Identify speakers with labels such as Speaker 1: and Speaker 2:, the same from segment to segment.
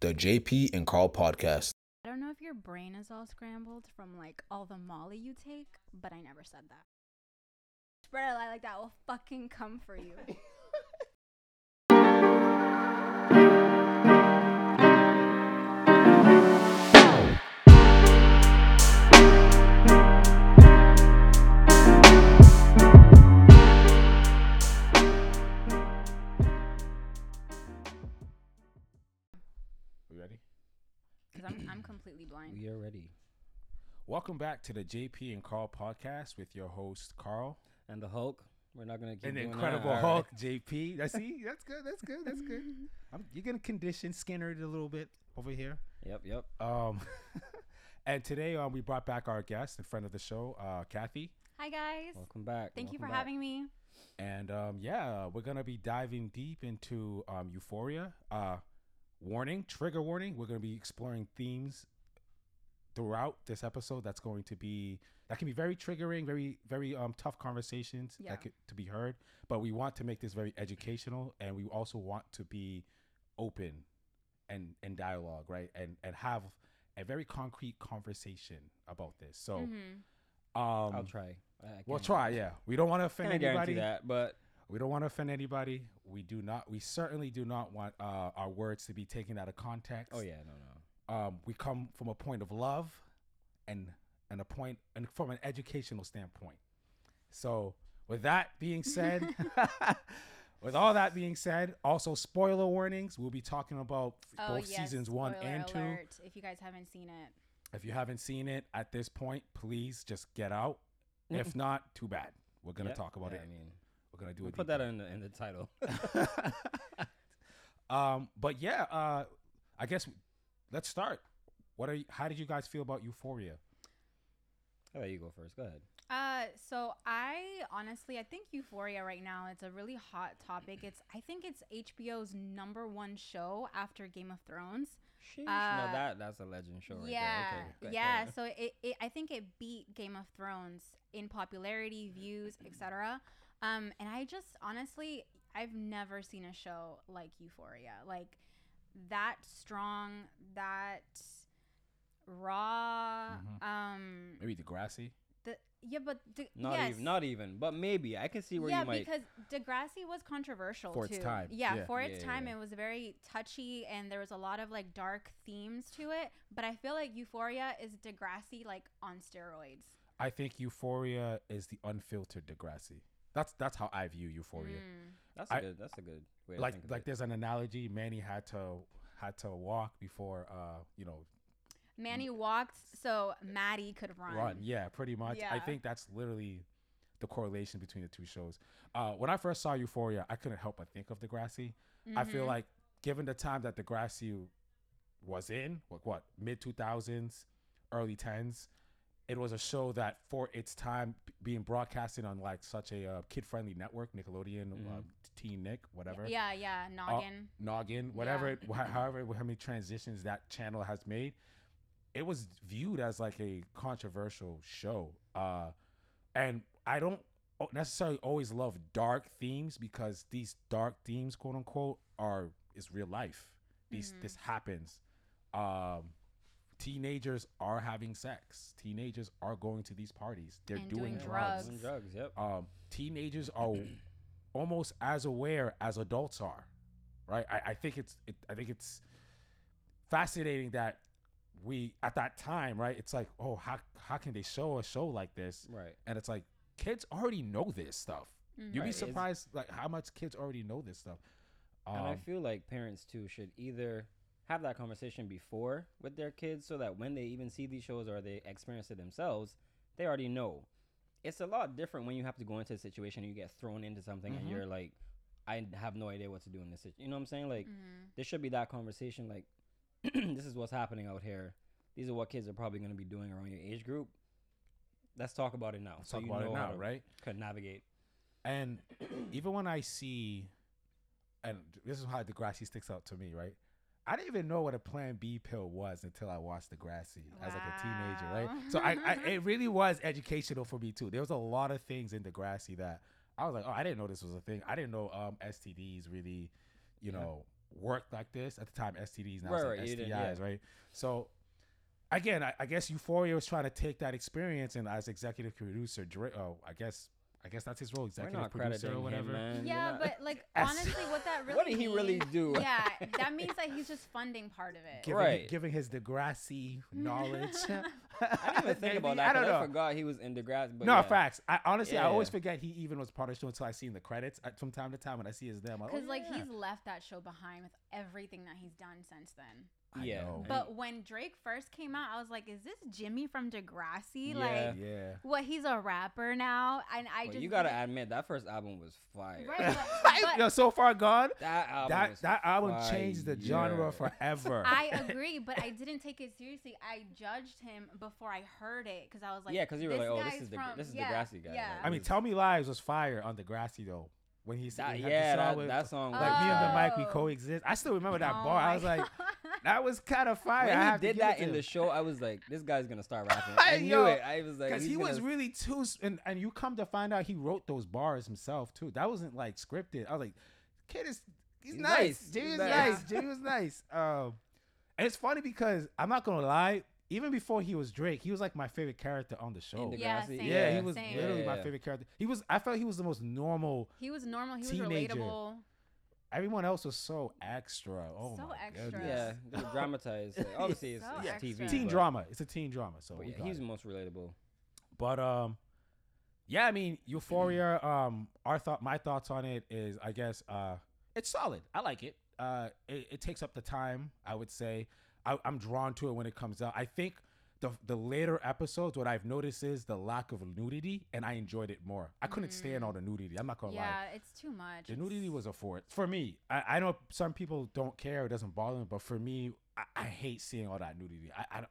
Speaker 1: the JP and Carl podcast.
Speaker 2: I don't know if your brain is all scrambled from like all the molly you take, but I never said that. Spread a lie like that will fucking come for you.
Speaker 3: We ready?
Speaker 2: Because I'm, I'm completely blind.
Speaker 4: We are ready.
Speaker 3: Welcome back to the JP and Carl podcast with your host Carl
Speaker 4: And the Hulk. We're not gonna keep
Speaker 3: and the
Speaker 4: doing that,
Speaker 3: Incredible
Speaker 4: alright.
Speaker 3: Hulk JP. That's see, that's good. That's good. That's good. I'm, you're gonna condition Skinner it a little bit over here.
Speaker 4: Yep, yep.
Speaker 3: Um, and today um, we brought back our guest, a friend of the show, uh, Kathy,
Speaker 2: Hi guys.
Speaker 4: Welcome back.
Speaker 2: Thank you for
Speaker 4: welcome back.
Speaker 2: having me.
Speaker 3: and um, yeah, we're gonna be diving deep into um, Euphoria. Uh, warning, trigger warning. We're gonna be exploring themes throughout this episode. That's going to be that can be very triggering, very very um, tough conversations
Speaker 2: Yeah.
Speaker 3: that could, to be heard. But we want to make this very educational, and we also want to be open and and dialogue, right? And and have a very concrete conversation about this. So.
Speaker 2: Mhm.
Speaker 3: Um,
Speaker 4: I'll try. I, I
Speaker 3: We'll
Speaker 4: can't-
Speaker 3: try. Yeah, we don't want to offend
Speaker 4: Can't guarantee
Speaker 3: anybody.
Speaker 4: that, but
Speaker 3: We don't want to offend anybody. We do not. We certainly do not want uh, our words to be taken out of context.
Speaker 4: oh yeah, no, no.
Speaker 3: Um, we come from a point of love, and and a point and from an educational standpoint. So, with that being said, with all that being said, also spoiler warnings. We'll be talking about
Speaker 2: Oh,
Speaker 3: both
Speaker 2: yes,
Speaker 3: seasons one
Speaker 2: spoiler
Speaker 3: and two.
Speaker 2: alert, If you guys haven't seen it,
Speaker 3: If you haven't seen it at this point, please just get out. if not, too bad. We're gonna
Speaker 4: Yep.
Speaker 3: talk about
Speaker 4: Yeah,
Speaker 3: it.
Speaker 4: I mean,
Speaker 3: We're gonna do
Speaker 4: we'll
Speaker 3: it.
Speaker 4: put that in the, in the title.
Speaker 3: um, but yeah, uh, I guess let's start. What are you, how did you guys feel about Euphoria?
Speaker 4: How about you go first? Go ahead.
Speaker 2: Uh, so I honestly, I think Euphoria right now it's a really hot topic. It's I think it's HBO's number one show afster Game of Thrones.
Speaker 4: Sheesh.
Speaker 2: Uh,
Speaker 4: no, that that's a legend show. Right
Speaker 2: yeah,
Speaker 4: There. Okay, go ahead,
Speaker 2: yeah.
Speaker 4: carry on.
Speaker 2: So it, it, I think it beat Game of Thrones in popularity, views, etc. Um, and I just honestly, I've never seen a show like Euphoria, like that strong, that raw.
Speaker 3: Mhm.
Speaker 2: Um,
Speaker 3: Maybe Degrassi.
Speaker 2: the, yeah, but the,
Speaker 4: Mm-hmm. Not
Speaker 2: yes
Speaker 4: even. Not even. But maybe I can see where
Speaker 2: yeah,
Speaker 4: you might.
Speaker 2: because Degrassi was controversial
Speaker 3: For
Speaker 2: too.
Speaker 3: its time,
Speaker 2: Yeah,
Speaker 3: yeah.
Speaker 2: for its
Speaker 4: Yeah,
Speaker 2: time,
Speaker 4: yeah.
Speaker 2: it was very touchy, and there was a lot of like dark themes to it. But I feel like Euphoria is Degrassi like on steroids.
Speaker 3: I think Euphoria is the unfiltered Degrassi. That's that's how I view Euphoria.
Speaker 2: Mm.
Speaker 4: that's a
Speaker 3: I-
Speaker 4: good. That's a good. Way
Speaker 3: like
Speaker 4: to think of
Speaker 3: like
Speaker 4: it.
Speaker 3: there's an analogy Manny had to had to walk before uh you know
Speaker 2: Manny walked so Maddie could run.
Speaker 3: run. Yeah, pretty much. I
Speaker 2: Yeah.
Speaker 3: think that's literally the correlation between the two shows. Uh when I first saw Euphoria, I couldn't help but think of Degrassi. I feel
Speaker 2: Mhm.
Speaker 3: like given the time that Degrassi was in, what, what mid two thousands, early tens, it was a show that for its time b- being broadcasted on like such a uh, kid friendly network, Nickelodeon, uh,
Speaker 4: Mhm.
Speaker 3: Teen Nick, whatever,
Speaker 2: Mm-hmm. Yeah, yeah, noggin.
Speaker 3: Noggin, whatever, it, wh- however, how many transitions that channel has made, it was viewed as like a controversial show. Uh, and I don't o- necessarily always love dark themes because these dark themes, quote unquote, are is real life. These
Speaker 2: Mhm.
Speaker 3: this happens. Um, teenagers are having sex. Teenagers are going to these parties. They're
Speaker 2: And
Speaker 3: doing,
Speaker 2: doing
Speaker 3: drugs.
Speaker 4: Doing
Speaker 2: drugs.
Speaker 4: drugs. Yep.
Speaker 3: Um, teenagers are almost as aware as adults are, right? I, I think it's it, I think it's fascinating that we at that time, right? It's like, oh, how how can they show a show like this?
Speaker 4: Right.
Speaker 3: and it's like kids already know this stuff. You'd
Speaker 2: Mhm.
Speaker 4: Right,
Speaker 3: be
Speaker 4: it's-
Speaker 3: surprised like how much kids already know this stuff. Um,
Speaker 4: and I feel like parents too should either have that conversation before with their kids so that when they even see these shows or they experience it themselves, they already know. It's a lot different when you have to go into a situation and you get thrown into something
Speaker 3: Mhm.
Speaker 4: and you're like, I have no idea what to do in this situation. You know what I'm saying? Like,
Speaker 2: Mhm.
Speaker 4: there should be that conversation like, this is what's happening out here. These are what kids are probably going to be doing around your age group. Let's talk about it now.
Speaker 3: let's talk about it
Speaker 4: how
Speaker 3: now,
Speaker 4: to-
Speaker 3: right?
Speaker 4: Could navigate.
Speaker 3: And even when I see, and this is how Degrassi sticks out to me, right? I didn't even know what a Plan B pill was until I watched Degrassi as like a teenager,
Speaker 2: Wow.
Speaker 3: right? So I, I, it really was educational for me too. There was a lot of things in Degrassi that I was like, oh, I didn't know this was a thing. I didn't know um, STDs really, you
Speaker 4: Yeah.
Speaker 3: know, worked like this at the time. STDs now
Speaker 4: Right,
Speaker 3: right,
Speaker 4: right, you
Speaker 3: STIs,
Speaker 4: didn't- yeah.
Speaker 3: right? So again, I, I guess Euphoria was trying to take that experience and as executive producer, Dra- oh, I guess I guess that's his role,
Speaker 4: We're
Speaker 3: executive
Speaker 4: not
Speaker 3: producer or
Speaker 4: crediting him,
Speaker 3: whatever.
Speaker 4: man. We're
Speaker 2: Yeah,
Speaker 4: not-
Speaker 2: but like
Speaker 3: Yes.
Speaker 2: honestly, what that really
Speaker 4: What did he really
Speaker 2: means-
Speaker 4: do?
Speaker 2: Yeah, that means that he's just funding part of it.
Speaker 3: Giving,
Speaker 4: Right.
Speaker 3: giving his Degrassi knowledge.
Speaker 4: I didn't even think about that.
Speaker 3: I don't
Speaker 4: 'cause
Speaker 3: know.
Speaker 4: I forgot he was in the grass. But
Speaker 3: no
Speaker 4: yeah.
Speaker 3: facts. I honestly, I
Speaker 4: Yeah.
Speaker 3: always forget he even was part of the show until I seen the credits. I, from time to time, when I see his name, I'm like, oh,
Speaker 2: Because like
Speaker 3: yeah.
Speaker 2: he's left that show behind with everything that he's done since then.
Speaker 3: I
Speaker 4: Yeah.
Speaker 3: know.
Speaker 2: But when Drake first came out, I was like, "Is this Jimmy from Degrassi?
Speaker 4: Yeah.
Speaker 2: Like,
Speaker 3: yeah.
Speaker 2: what? He's a rapper now?" And I
Speaker 4: But
Speaker 2: just
Speaker 4: you gotta
Speaker 2: didn't-
Speaker 4: admit that first album was fire.
Speaker 2: Right, but-
Speaker 3: Yo, so far gone.
Speaker 4: That album.
Speaker 3: That
Speaker 4: was
Speaker 3: that album
Speaker 4: fire.
Speaker 3: changed the genre forever.
Speaker 2: I agree, but I didn't take it seriously. I judged him before I heard it because I was like,
Speaker 4: Yeah, 'cause you were like, "Oh, this
Speaker 2: guy's
Speaker 4: is the-
Speaker 2: from-
Speaker 4: this is
Speaker 2: yeah,
Speaker 4: Degrassi guy,
Speaker 2: Yeah,
Speaker 4: like,
Speaker 3: I mean, Tell Me Lies was fire on Degrassi though. When he said,
Speaker 4: That,
Speaker 3: he had the
Speaker 4: yeah,
Speaker 3: song
Speaker 4: that,
Speaker 3: with-
Speaker 4: that song.
Speaker 3: like me and the mic, we
Speaker 2: Oh.
Speaker 3: coexist. I still remember that
Speaker 2: Oh
Speaker 3: bar. I
Speaker 2: my
Speaker 3: was like,
Speaker 2: God.
Speaker 3: that was kind of fire. I
Speaker 4: when he
Speaker 3: have to
Speaker 4: did
Speaker 3: give it
Speaker 4: that
Speaker 3: to
Speaker 4: in
Speaker 3: him.
Speaker 4: the show, I was like, this guy's gonna start rapping. I knew
Speaker 3: Yo,
Speaker 4: it. I was like,
Speaker 3: Because
Speaker 4: he's
Speaker 3: he was
Speaker 4: gonna-
Speaker 3: really too, s- and, and you come to find out he wrote those bars himself too. That wasn't like scripted. I was like, kid is he's,
Speaker 4: He's
Speaker 3: nice.
Speaker 4: nice.
Speaker 3: Jimmy
Speaker 4: He's
Speaker 3: was
Speaker 4: nice.
Speaker 3: nice. Jimmy was nice. Um, and it's funny because I'm not gonna lie. Even before he was Drake, he was like my favorite character on the show.
Speaker 4: Degrassi.
Speaker 2: Yeah, same,
Speaker 3: yeah, he was
Speaker 2: same.
Speaker 3: literally my
Speaker 4: Yeah.
Speaker 3: favorite character. He was. I felt he was the most normal.
Speaker 2: he was normal. He was
Speaker 3: Teenager.
Speaker 2: relatable.
Speaker 3: Everyone else was so extra. Oh
Speaker 2: So
Speaker 3: my
Speaker 2: extra.
Speaker 3: goodness.
Speaker 4: Yeah, they dramatized. Like, obviously, it's,
Speaker 2: So
Speaker 4: it's
Speaker 2: extra.
Speaker 4: TV.
Speaker 3: Teen
Speaker 4: but-
Speaker 3: drama. It's a teen drama. So
Speaker 4: But
Speaker 3: we
Speaker 4: yeah,
Speaker 3: got
Speaker 4: he's
Speaker 3: it.
Speaker 4: the most relatable.
Speaker 2: Uh,
Speaker 3: But um, yeah, I mean, Euphoria. Um, our thought, my thoughts on it is, I guess, uh, it's solid. I like it. Uh, it, it takes up the time. I would say, I, I'm drawn to it when it comes out. I think the the later episodes, what I've noticed is the lack of nudity, and I enjoyed it more. I couldn't
Speaker 4: Mm.
Speaker 3: stand all the nudity. I'm not gonna lie.
Speaker 2: Yeah, it's too much.
Speaker 3: The
Speaker 2: It's-
Speaker 3: nudity was a for for me. I, I know some people don't care, it doesn't bother them, but for me, I, I hate seeing all that nudity. I I don't,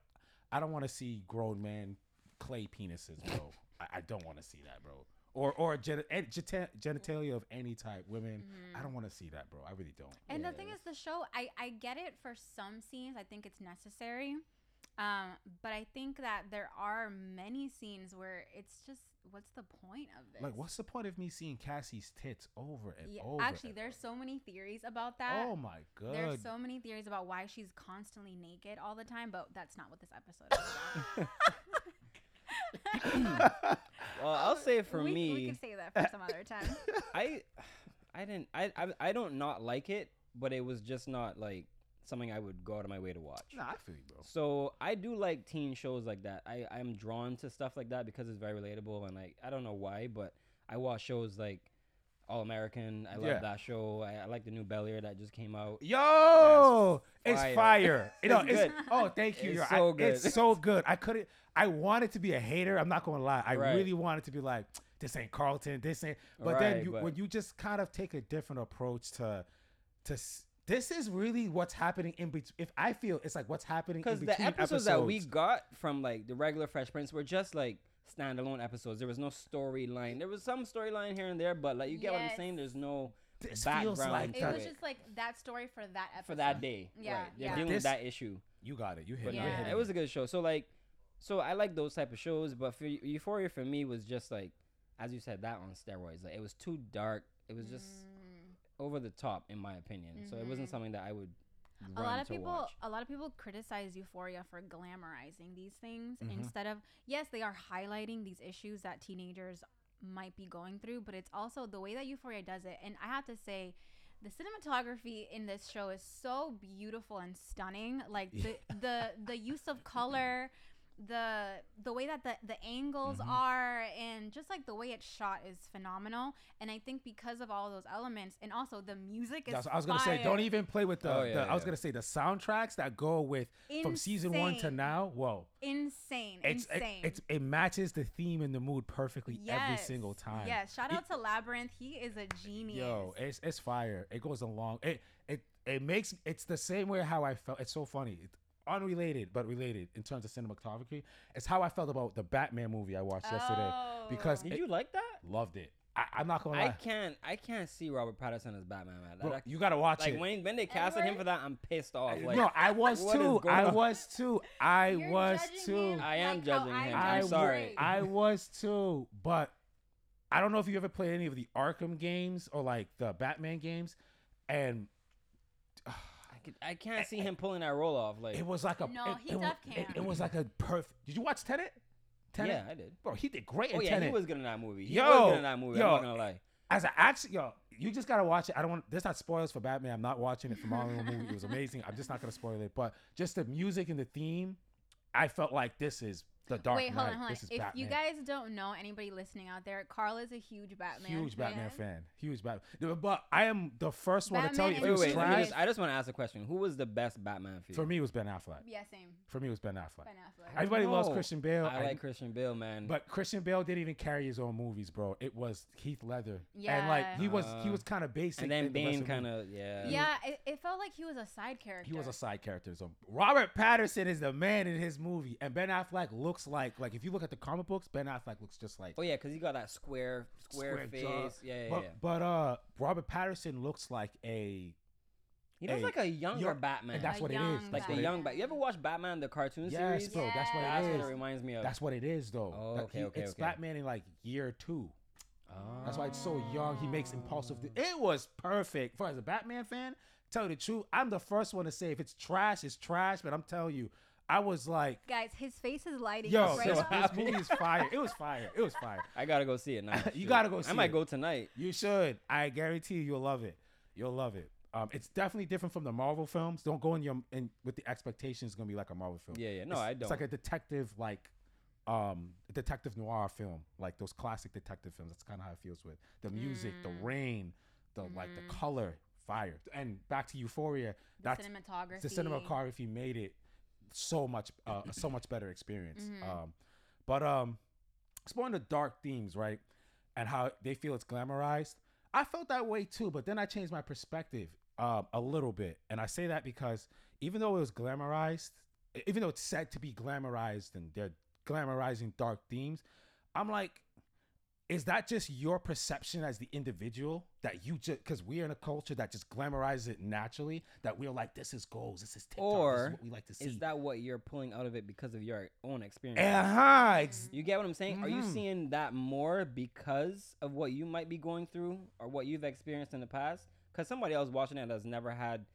Speaker 3: I don't want to see grown man clay penises, bro. I, I don't want to see that, bro. Or or gen, eh, geta- genitalia of any type, women. I don't want to see that, bro. I really don't.
Speaker 2: Mm-hmm. And the thing is, the show, I, I get it for some scenes. I think it's necessary. Um, but I think that there are many scenes where it's just, what's the point of this?
Speaker 3: Like, what's the point of me seeing Cassie's tits over and
Speaker 2: Yeah,
Speaker 3: over?
Speaker 2: actually,
Speaker 3: and
Speaker 2: there's
Speaker 3: over?
Speaker 2: so many theories about that.
Speaker 3: Oh my god.
Speaker 2: There's so many theories about why she's constantly naked all the time, but that's not what this episode is about.
Speaker 4: Well, I'll say for
Speaker 2: we,
Speaker 4: me,
Speaker 2: we could say that for some other time.
Speaker 4: I, I didn't. I, I I don't not like it, but it was just not like something I would go out of my way to watch.
Speaker 3: nah, I feel you, bro.
Speaker 4: So I do like teen shows like that. I I'm drawn to stuff like that because it's very relatable and like I don't know why, but I watch shows like All American. I love
Speaker 3: Yeah.
Speaker 4: that show. I, I like the new Bel Air that just came out.
Speaker 3: Yo,
Speaker 4: That's
Speaker 3: it's
Speaker 4: fire.
Speaker 3: fire. You know,
Speaker 4: It's
Speaker 3: it's,
Speaker 4: good.
Speaker 3: oh, thank you.
Speaker 4: It's
Speaker 3: yo. I-
Speaker 4: so good.
Speaker 3: It's so good. I couldn't. I wanted to be a hater. I'm not gonna lie. I
Speaker 4: Right.
Speaker 3: really wanted to be like, this ain't Carlton. This ain't. But then
Speaker 4: Right,
Speaker 3: you,
Speaker 4: but-
Speaker 3: when you just kind of take a different approach to, to s- this is really what's happening in between. If I feel it's like what's happening in
Speaker 4: Because
Speaker 3: between
Speaker 4: the episodes that we got from like the regular Fresh Prince were just like standalone episodes. There was no storyline. There was some storyline here and there, but like you get what I'm
Speaker 2: Yes.
Speaker 4: saying. There's no
Speaker 3: This
Speaker 4: background
Speaker 3: feels like
Speaker 4: to
Speaker 2: it was
Speaker 3: Right.
Speaker 2: just like that story for that episode.
Speaker 4: for that day.
Speaker 2: Yeah,
Speaker 4: right. They're
Speaker 2: yeah.
Speaker 4: dealing
Speaker 3: This-
Speaker 4: with that issue.
Speaker 3: you got it. You hit
Speaker 4: But
Speaker 3: it.
Speaker 4: yeah,
Speaker 3: You
Speaker 2: Yeah.
Speaker 3: hit
Speaker 4: it was a good show. So like, so I like those type of shows. But for Eu- Euphoria, for me, was just like, as you said, that on steroids. Like it was too dark. It was just
Speaker 2: Mm.
Speaker 4: over the top, in my opinion. So it wasn't something that I would.
Speaker 2: Mm-hmm. a
Speaker 4: Run
Speaker 2: lot of
Speaker 4: to
Speaker 2: people
Speaker 4: watch.
Speaker 2: a lot of people criticize euphoria for glamorizing these things
Speaker 3: Mm-hmm.
Speaker 2: instead of yes they are highlighting these issues that teenagers might be going through but it's also the way that euphoria does it and i have to say the cinematography in this show is so beautiful and stunning like the the, the use of color the the way that the, the angles
Speaker 3: Mm-hmm.
Speaker 2: are and just like the way it's shot is phenomenal and i think because of all those elements and also the music is
Speaker 3: That's what I was gonna say.
Speaker 2: fire.
Speaker 3: Don't even play with the.
Speaker 4: Oh, yeah,
Speaker 3: the I was
Speaker 4: yeah.
Speaker 3: gonna say the soundtracks that go with from season one to
Speaker 2: Insane.
Speaker 3: now. Whoa.
Speaker 2: insane.
Speaker 3: it's it,
Speaker 2: insane.
Speaker 3: it's it matches the theme and the mood perfectly every single time. E
Speaker 2: Yeah, shout out to Labyrinth. He is a genius.
Speaker 3: Yo, it's it's fire. It goes along. It it it makes it's the same way how I felt. It's so funny. It's unrelated but related in terms of cinematography. It's how I felt about the Batman movie I watched yesterday
Speaker 2: Oh.
Speaker 3: because
Speaker 4: Did
Speaker 3: it-
Speaker 4: you like that?
Speaker 3: loved it. I, I'm not gonna
Speaker 4: I
Speaker 3: lie.
Speaker 4: can't. I can't see Robert Patterson as Batman. Man.
Speaker 3: Bro,
Speaker 4: Like, I-
Speaker 3: you gotta watch
Speaker 4: like
Speaker 3: it.
Speaker 4: when when they casted him
Speaker 2: Edward?
Speaker 4: for that, I'm pissed off. Like,
Speaker 3: no, I was
Speaker 4: what is
Speaker 3: too.
Speaker 4: going
Speaker 3: I
Speaker 4: on?
Speaker 3: was too. I was too.
Speaker 4: I am judging him. I'm
Speaker 3: I
Speaker 2: judge
Speaker 3: w-
Speaker 4: sorry.
Speaker 2: Drake.
Speaker 3: I was too, but I don't know if you ever played any of the Arkham games or like the Batman games, and uh,
Speaker 4: I can't see him pulling that role off. Like,
Speaker 3: It was like a.
Speaker 2: No,
Speaker 3: it,
Speaker 2: he
Speaker 3: it wa-
Speaker 2: def
Speaker 3: it-
Speaker 2: can.
Speaker 3: It, was like a perfect. Did you watch Tenet? Tenet.
Speaker 4: yeah, I did.
Speaker 3: Bro, he did great
Speaker 4: Oh
Speaker 3: in
Speaker 4: yeah,
Speaker 3: Tenet.
Speaker 4: he was good in that movie. He
Speaker 3: Yo,
Speaker 4: was good in that movie.
Speaker 3: yo,
Speaker 4: I'm not gonna lie.
Speaker 3: As an action, yo, you just gotta watch it. I don't want. There's not spoilers for Batman. I'm not watching it for my own movie. It was amazing. I'm just not gonna spoil it. But just the music and the theme, I felt like this is the Dark Knight.
Speaker 2: Wait, hold on, hold on.
Speaker 3: This is
Speaker 2: If
Speaker 3: Batman.
Speaker 2: you guys don't know anybody listening out there, Carl is a huge Batman.
Speaker 3: huge Batman
Speaker 2: fan.
Speaker 3: fan, huge Batman. But I am the first one to tell you
Speaker 2: Batman
Speaker 3: if
Speaker 2: is
Speaker 3: it was
Speaker 4: Wait, wait. Let me
Speaker 3: trash.
Speaker 4: just, I just want to ask a question. Who was the best Batman for you?
Speaker 3: For me, it was Ben Affleck.
Speaker 2: Yeah, same.
Speaker 3: For me, it was Ben Affleck.
Speaker 2: Ben Affleck.
Speaker 3: Everybody loves
Speaker 4: No.
Speaker 3: Christian Bale.
Speaker 4: I
Speaker 3: I-
Speaker 4: like Christian Bale, man.
Speaker 3: But Christian Bale didn't even carry his own movies, bro. It was Heath Ledger. And
Speaker 2: Yeah.
Speaker 3: like he was he
Speaker 4: Uh,
Speaker 3: was kind of basic.
Speaker 4: and then
Speaker 3: in the rest
Speaker 4: Bane
Speaker 3: of the movie.
Speaker 4: kind of yeah.
Speaker 2: yeah, it, it felt like he was a side character.
Speaker 3: He was a side character. So Robert Patterson is the man in his movie, and Ben Affleck looks like like if you look at the comic books, Ben Affleck looks just like
Speaker 4: Oh yeah, because he got that square square, face.
Speaker 3: jaw.
Speaker 4: Yeah, yeah,
Speaker 3: but,
Speaker 4: yeah.
Speaker 3: but uh, Robert Patterson looks like a
Speaker 4: He looks
Speaker 3: hey,
Speaker 4: like a younger
Speaker 3: you're-
Speaker 4: Batman.
Speaker 3: and that's
Speaker 2: A
Speaker 3: what it
Speaker 2: young
Speaker 3: is.
Speaker 4: like
Speaker 3: what
Speaker 4: the
Speaker 3: it-
Speaker 4: young Bat. You ever watch Batman the cartoon
Speaker 3: Yes,
Speaker 4: series?
Speaker 3: bro. That's what
Speaker 4: That's
Speaker 3: it
Speaker 4: what it
Speaker 3: is.
Speaker 4: reminds me of.
Speaker 3: That's what it is, though.
Speaker 4: Oh,
Speaker 3: That-
Speaker 4: okay,
Speaker 3: he-
Speaker 4: okay,
Speaker 3: It's
Speaker 4: okay.
Speaker 3: Batman in like year two. That's why it's so young. He makes impulsive. de- it was perfect. For as a Batman fan, tell you the truth, I'm the first one to say if it's trash, it's trash. But I'm telling you, I was like,
Speaker 2: Guys, his face is lighting
Speaker 3: yo,
Speaker 2: up right
Speaker 3: this,
Speaker 4: so
Speaker 2: now.
Speaker 3: this movie is fire. It was fire. It was fire.
Speaker 4: I gotta go see it now.
Speaker 3: You
Speaker 4: Shoot.
Speaker 3: gotta go
Speaker 4: I
Speaker 3: see
Speaker 4: might
Speaker 3: it.
Speaker 4: go tonight.
Speaker 3: You should. I guarantee you, you'll love it. You'll love it. Um, it's definitely different from the Marvel films. Don't go in your in with the expectations. It's gonna be like a Marvel film.
Speaker 4: Yeah, yeah. No,
Speaker 3: It's-
Speaker 4: I
Speaker 3: It's like
Speaker 4: don't.
Speaker 3: a detective, like um, detective noir film, like those classic detective films. That's kind of how it feels with the music, the rain, the like the color, fire, and back to Euphoria.
Speaker 2: The
Speaker 3: That's
Speaker 2: cinematography.
Speaker 3: the cinematography made it so much uh, a so much better experience. Um, but um, exploring the dark themes, right, and how they feel it's glamorized. I felt that way too, but then I changed my perspective um, a little bit, and I say that because even though it was glamorized, e- even though it's said to be glamorized and they're glamorizing dark themes, I'm like, is that just your perception as the individual that you just because we're in a culture that just glamorizes it naturally that we're like this is goals this is TikTok, this
Speaker 4: Or
Speaker 3: is what we like to see
Speaker 4: Is that what you're pulling out of it because of your own experience?
Speaker 3: uh-huh, ex-
Speaker 4: You get what I'm saying? Are you
Speaker 3: Mhm.
Speaker 4: seeing that more because of what you might be going through or what you've experienced in the past? Because somebody else watching it that's never had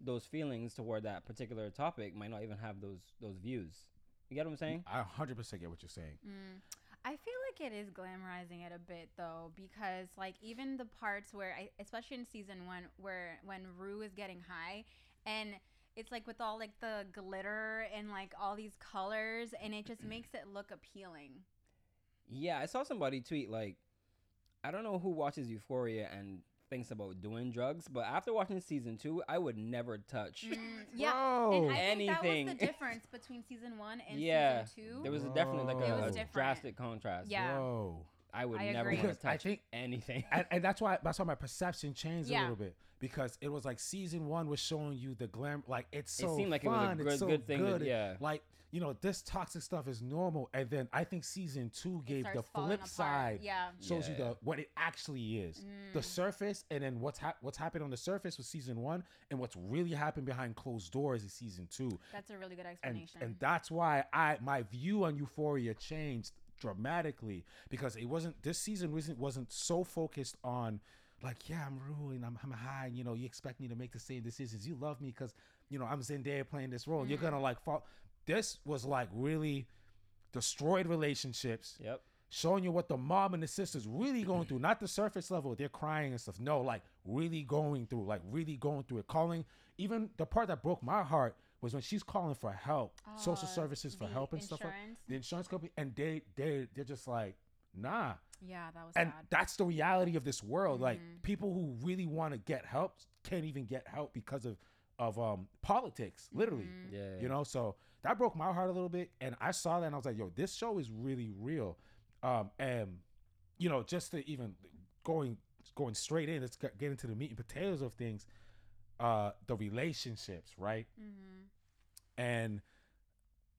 Speaker 4: those feelings toward that particular topic might not even have those those views. You get what I'm saying?
Speaker 3: I 100% get what you're saying
Speaker 2: Mm. I feel like it is glamorizing it a bit though, because like even the parts where, I, especially in season one, where when Rue is getting high, and it's like with all like the glitter and like all these colors, and it just makes it look appealing.
Speaker 4: Yeah, I saw somebody tweet like, I don't know who watches Euphoria and thinks about doing drugs, but after watching season two, I would never touch.
Speaker 2: Mm, yeah,
Speaker 3: Whoa.
Speaker 2: and I think that was
Speaker 4: Anything.
Speaker 2: the difference between season one and
Speaker 4: yeah,
Speaker 2: season two.
Speaker 4: there was a definitely like
Speaker 3: It
Speaker 4: a,
Speaker 3: was
Speaker 4: a
Speaker 2: different.
Speaker 4: drastic contrast.
Speaker 2: Yeah.
Speaker 3: Whoa.
Speaker 4: I would
Speaker 2: I
Speaker 4: never
Speaker 2: agree.
Speaker 4: want to
Speaker 3: Because I
Speaker 4: touch
Speaker 3: think-
Speaker 4: anything.
Speaker 3: and, and that's why that's why my perception changed a
Speaker 2: Yeah.
Speaker 3: little bit because it was like season one was showing you the glam like it's
Speaker 4: It
Speaker 3: so
Speaker 4: seemed like it was a
Speaker 3: fun,
Speaker 4: good-
Speaker 3: it's so
Speaker 4: good thing that-
Speaker 3: good, it-
Speaker 4: yeah.
Speaker 3: like you know this toxic stuff is normal and then I think season two gave the
Speaker 2: starts falling
Speaker 3: flip
Speaker 2: apart.
Speaker 3: side
Speaker 2: Yeah. Mm.
Speaker 3: shows you
Speaker 4: Yeah.
Speaker 3: the what it actually is the surface and then what's hap- what's happened on the surface with season one and what's really happened behind closed doors is season two
Speaker 2: That's a really good
Speaker 3: and
Speaker 2: explanation.
Speaker 3: and that's why I my view on Euphoria changed dramatically because it wasn't this season wasn't wasn't so focused on like yeah I'm ruling I'm I'm high and you know you expect me to make the same decisions you love me because you know I'm Zendaya playing this role and you're gonna like fall this was like really destroyed relationships
Speaker 4: yep.
Speaker 3: showing you what the mom and the sisters really going through, not the surface level. They're crying and stuff. No, like really going through, like really going through it. Calling, even the part that broke my heart was when she's calling for help, social
Speaker 2: Uh,
Speaker 3: services for
Speaker 2: the
Speaker 3: help and stuff. Like,
Speaker 2: insurance?
Speaker 3: the insurance company, and they they they're just like, nah.
Speaker 2: yeah, that was
Speaker 3: And
Speaker 2: sad. Mm-hmm.
Speaker 3: that's the reality of this world. Like people who really want to get help can't even get help because of of um politics, literally.
Speaker 4: Yeah.
Speaker 3: You know, so that broke my heart a little bit. And I saw that and I was like, yo, this show is really real. Um, and you know, just to even going going straight in, let's get get into the meat and potatoes of things, uh, the relationships, right?
Speaker 2: Mm-hmm.
Speaker 3: And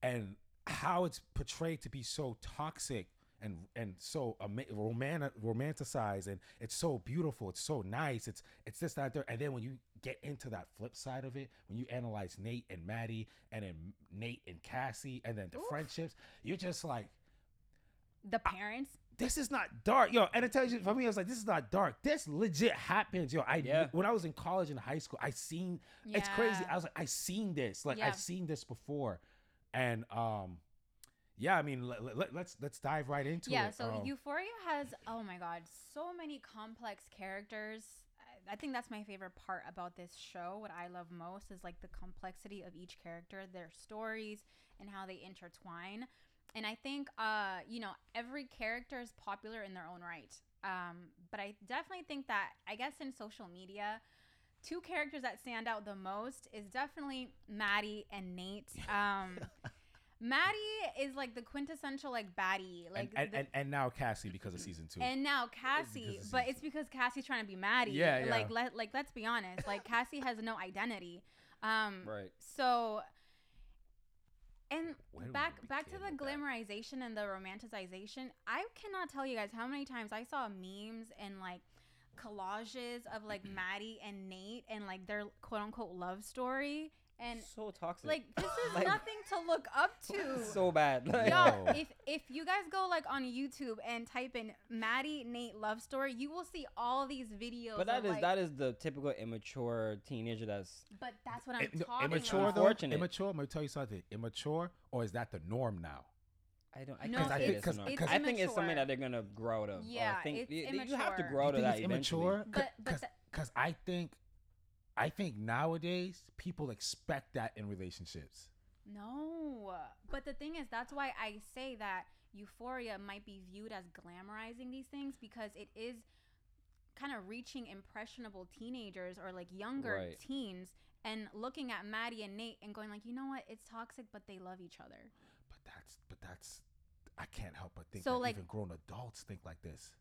Speaker 3: and how it's portrayed to be so toxic and and so ama- roman- romanticized and it's so beautiful it's so nice it's it's this that there and then when you get into that flip side of it when you analyze nate and maddie and then nate and cassie and then the friendships you're just like
Speaker 2: The parents.
Speaker 3: this is not dark, yo. And it tells you for me, I was like, this is not dark. This legit happens, yo. I
Speaker 4: Yeah.
Speaker 3: when I was in college and high school, I seen it's crazy.
Speaker 2: Yeah.
Speaker 3: I was like, I seen this, like
Speaker 2: Yeah.
Speaker 3: I've seen this before, and um, yeah. I mean, let, let, us let's dive right into it.
Speaker 2: yeah so
Speaker 3: um,
Speaker 2: euphoria has oh my god so many complex characters I- i think that's my favorite part about this show what i love most is like the complexity of each character their stories and how they intertwine and i think uh you know every character is popular in their own right um but i definitely think that i guess in social media two characters that stand out the most is definitely maddie and nate um Maddie is like the quintessential like baddie, like
Speaker 3: and, and,
Speaker 2: the-
Speaker 3: and and now Cassie because of season two.
Speaker 2: and now
Speaker 3: because
Speaker 2: Cassie,
Speaker 3: it's
Speaker 2: but
Speaker 3: easy.
Speaker 2: it's because Cassie's trying to be Maddie.
Speaker 3: Yeah, yeah.
Speaker 2: Like let like let's be honest. Like Cassie has no identity. Um
Speaker 4: Right.
Speaker 2: so and
Speaker 3: Where do we
Speaker 2: back back to
Speaker 3: begin
Speaker 2: the
Speaker 3: with that?
Speaker 2: glamorization and the romanticization. I cannot tell you guys how many times I saw memes and like collages of like Maddie and Nate and like their quote unquote love story. And
Speaker 4: so toxic.
Speaker 2: like this is
Speaker 4: Like-
Speaker 2: nothing to look up to.
Speaker 4: so bad. Like,
Speaker 2: Y'all,
Speaker 3: Yo.
Speaker 2: if if you guys go like on YouTube and type in Maddie Nate love story, you will see all these videos.
Speaker 4: but that
Speaker 2: of,
Speaker 4: is
Speaker 2: like-
Speaker 4: that is the typical immature teenager that's
Speaker 2: But that's what I'm
Speaker 3: Im- Eh, no,
Speaker 2: talking
Speaker 3: immature
Speaker 2: about.
Speaker 3: though.
Speaker 4: Unfortunate.
Speaker 3: Immature. I'm gonna tell you something. Immature, or is that the norm now?
Speaker 4: I don't. I
Speaker 2: No,
Speaker 4: can't
Speaker 3: I
Speaker 4: say
Speaker 3: think-
Speaker 4: it's
Speaker 3: 'cause-
Speaker 4: not.
Speaker 2: it's
Speaker 4: I think it's something
Speaker 2: immature.
Speaker 4: that they're gonna grow out of. or
Speaker 2: Yeah,
Speaker 4: I think
Speaker 2: it's
Speaker 4: you, you have to
Speaker 2: immature. You
Speaker 4: grow out of
Speaker 3: think
Speaker 4: that
Speaker 3: it's
Speaker 4: eventually.
Speaker 3: immature?
Speaker 2: But- but
Speaker 3: Because
Speaker 2: the-
Speaker 3: I think, I think nowadays people expect that in relationships.
Speaker 2: No, but the thing is, that's why I say that Euphoria might be viewed as glamorizing these things because it is kind of reaching impressionable teenagers or like younger
Speaker 4: Right.
Speaker 2: teens and looking at Maddie and Nate and going like, you know what, it's toxic, but they love each other.
Speaker 3: But that's, but that's, I can't help but think
Speaker 2: So,
Speaker 3: that
Speaker 2: like-
Speaker 3: even grown adults think like this.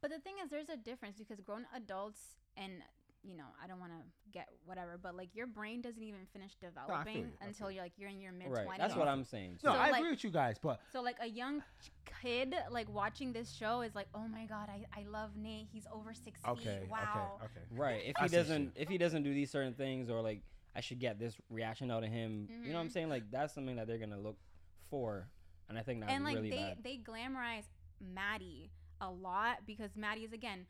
Speaker 2: But the thing is, there's a difference because grown adults and you know, I don't want to get whatever, but like your brain doesn't even finish
Speaker 3: you,
Speaker 2: developing
Speaker 3: I
Speaker 2: until
Speaker 3: feel
Speaker 2: you're like you're in your mid
Speaker 4: Right.
Speaker 2: twenties.
Speaker 4: That's what I'm saying.
Speaker 3: No,
Speaker 2: So,
Speaker 3: I
Speaker 2: like-
Speaker 3: agree with you guys, but
Speaker 2: So like a young ch- kid like watching this show is like, oh my god, I, I love Nate. He's over six
Speaker 3: okay,
Speaker 2: feet. Wow.
Speaker 3: okay, okay.
Speaker 4: right. If
Speaker 3: I
Speaker 4: he
Speaker 3: see what you
Speaker 4: doesn't,
Speaker 3: mean.
Speaker 4: if he doesn't do these certain things, or like I should get this reaction out of him. You know what I'm
Speaker 2: Mm-hmm.
Speaker 4: saying? Like that's something that they're gonna look for, and I think that's
Speaker 2: and like
Speaker 4: really
Speaker 2: they
Speaker 4: bad.
Speaker 2: they glamorize Maddie a lot because Maddie is again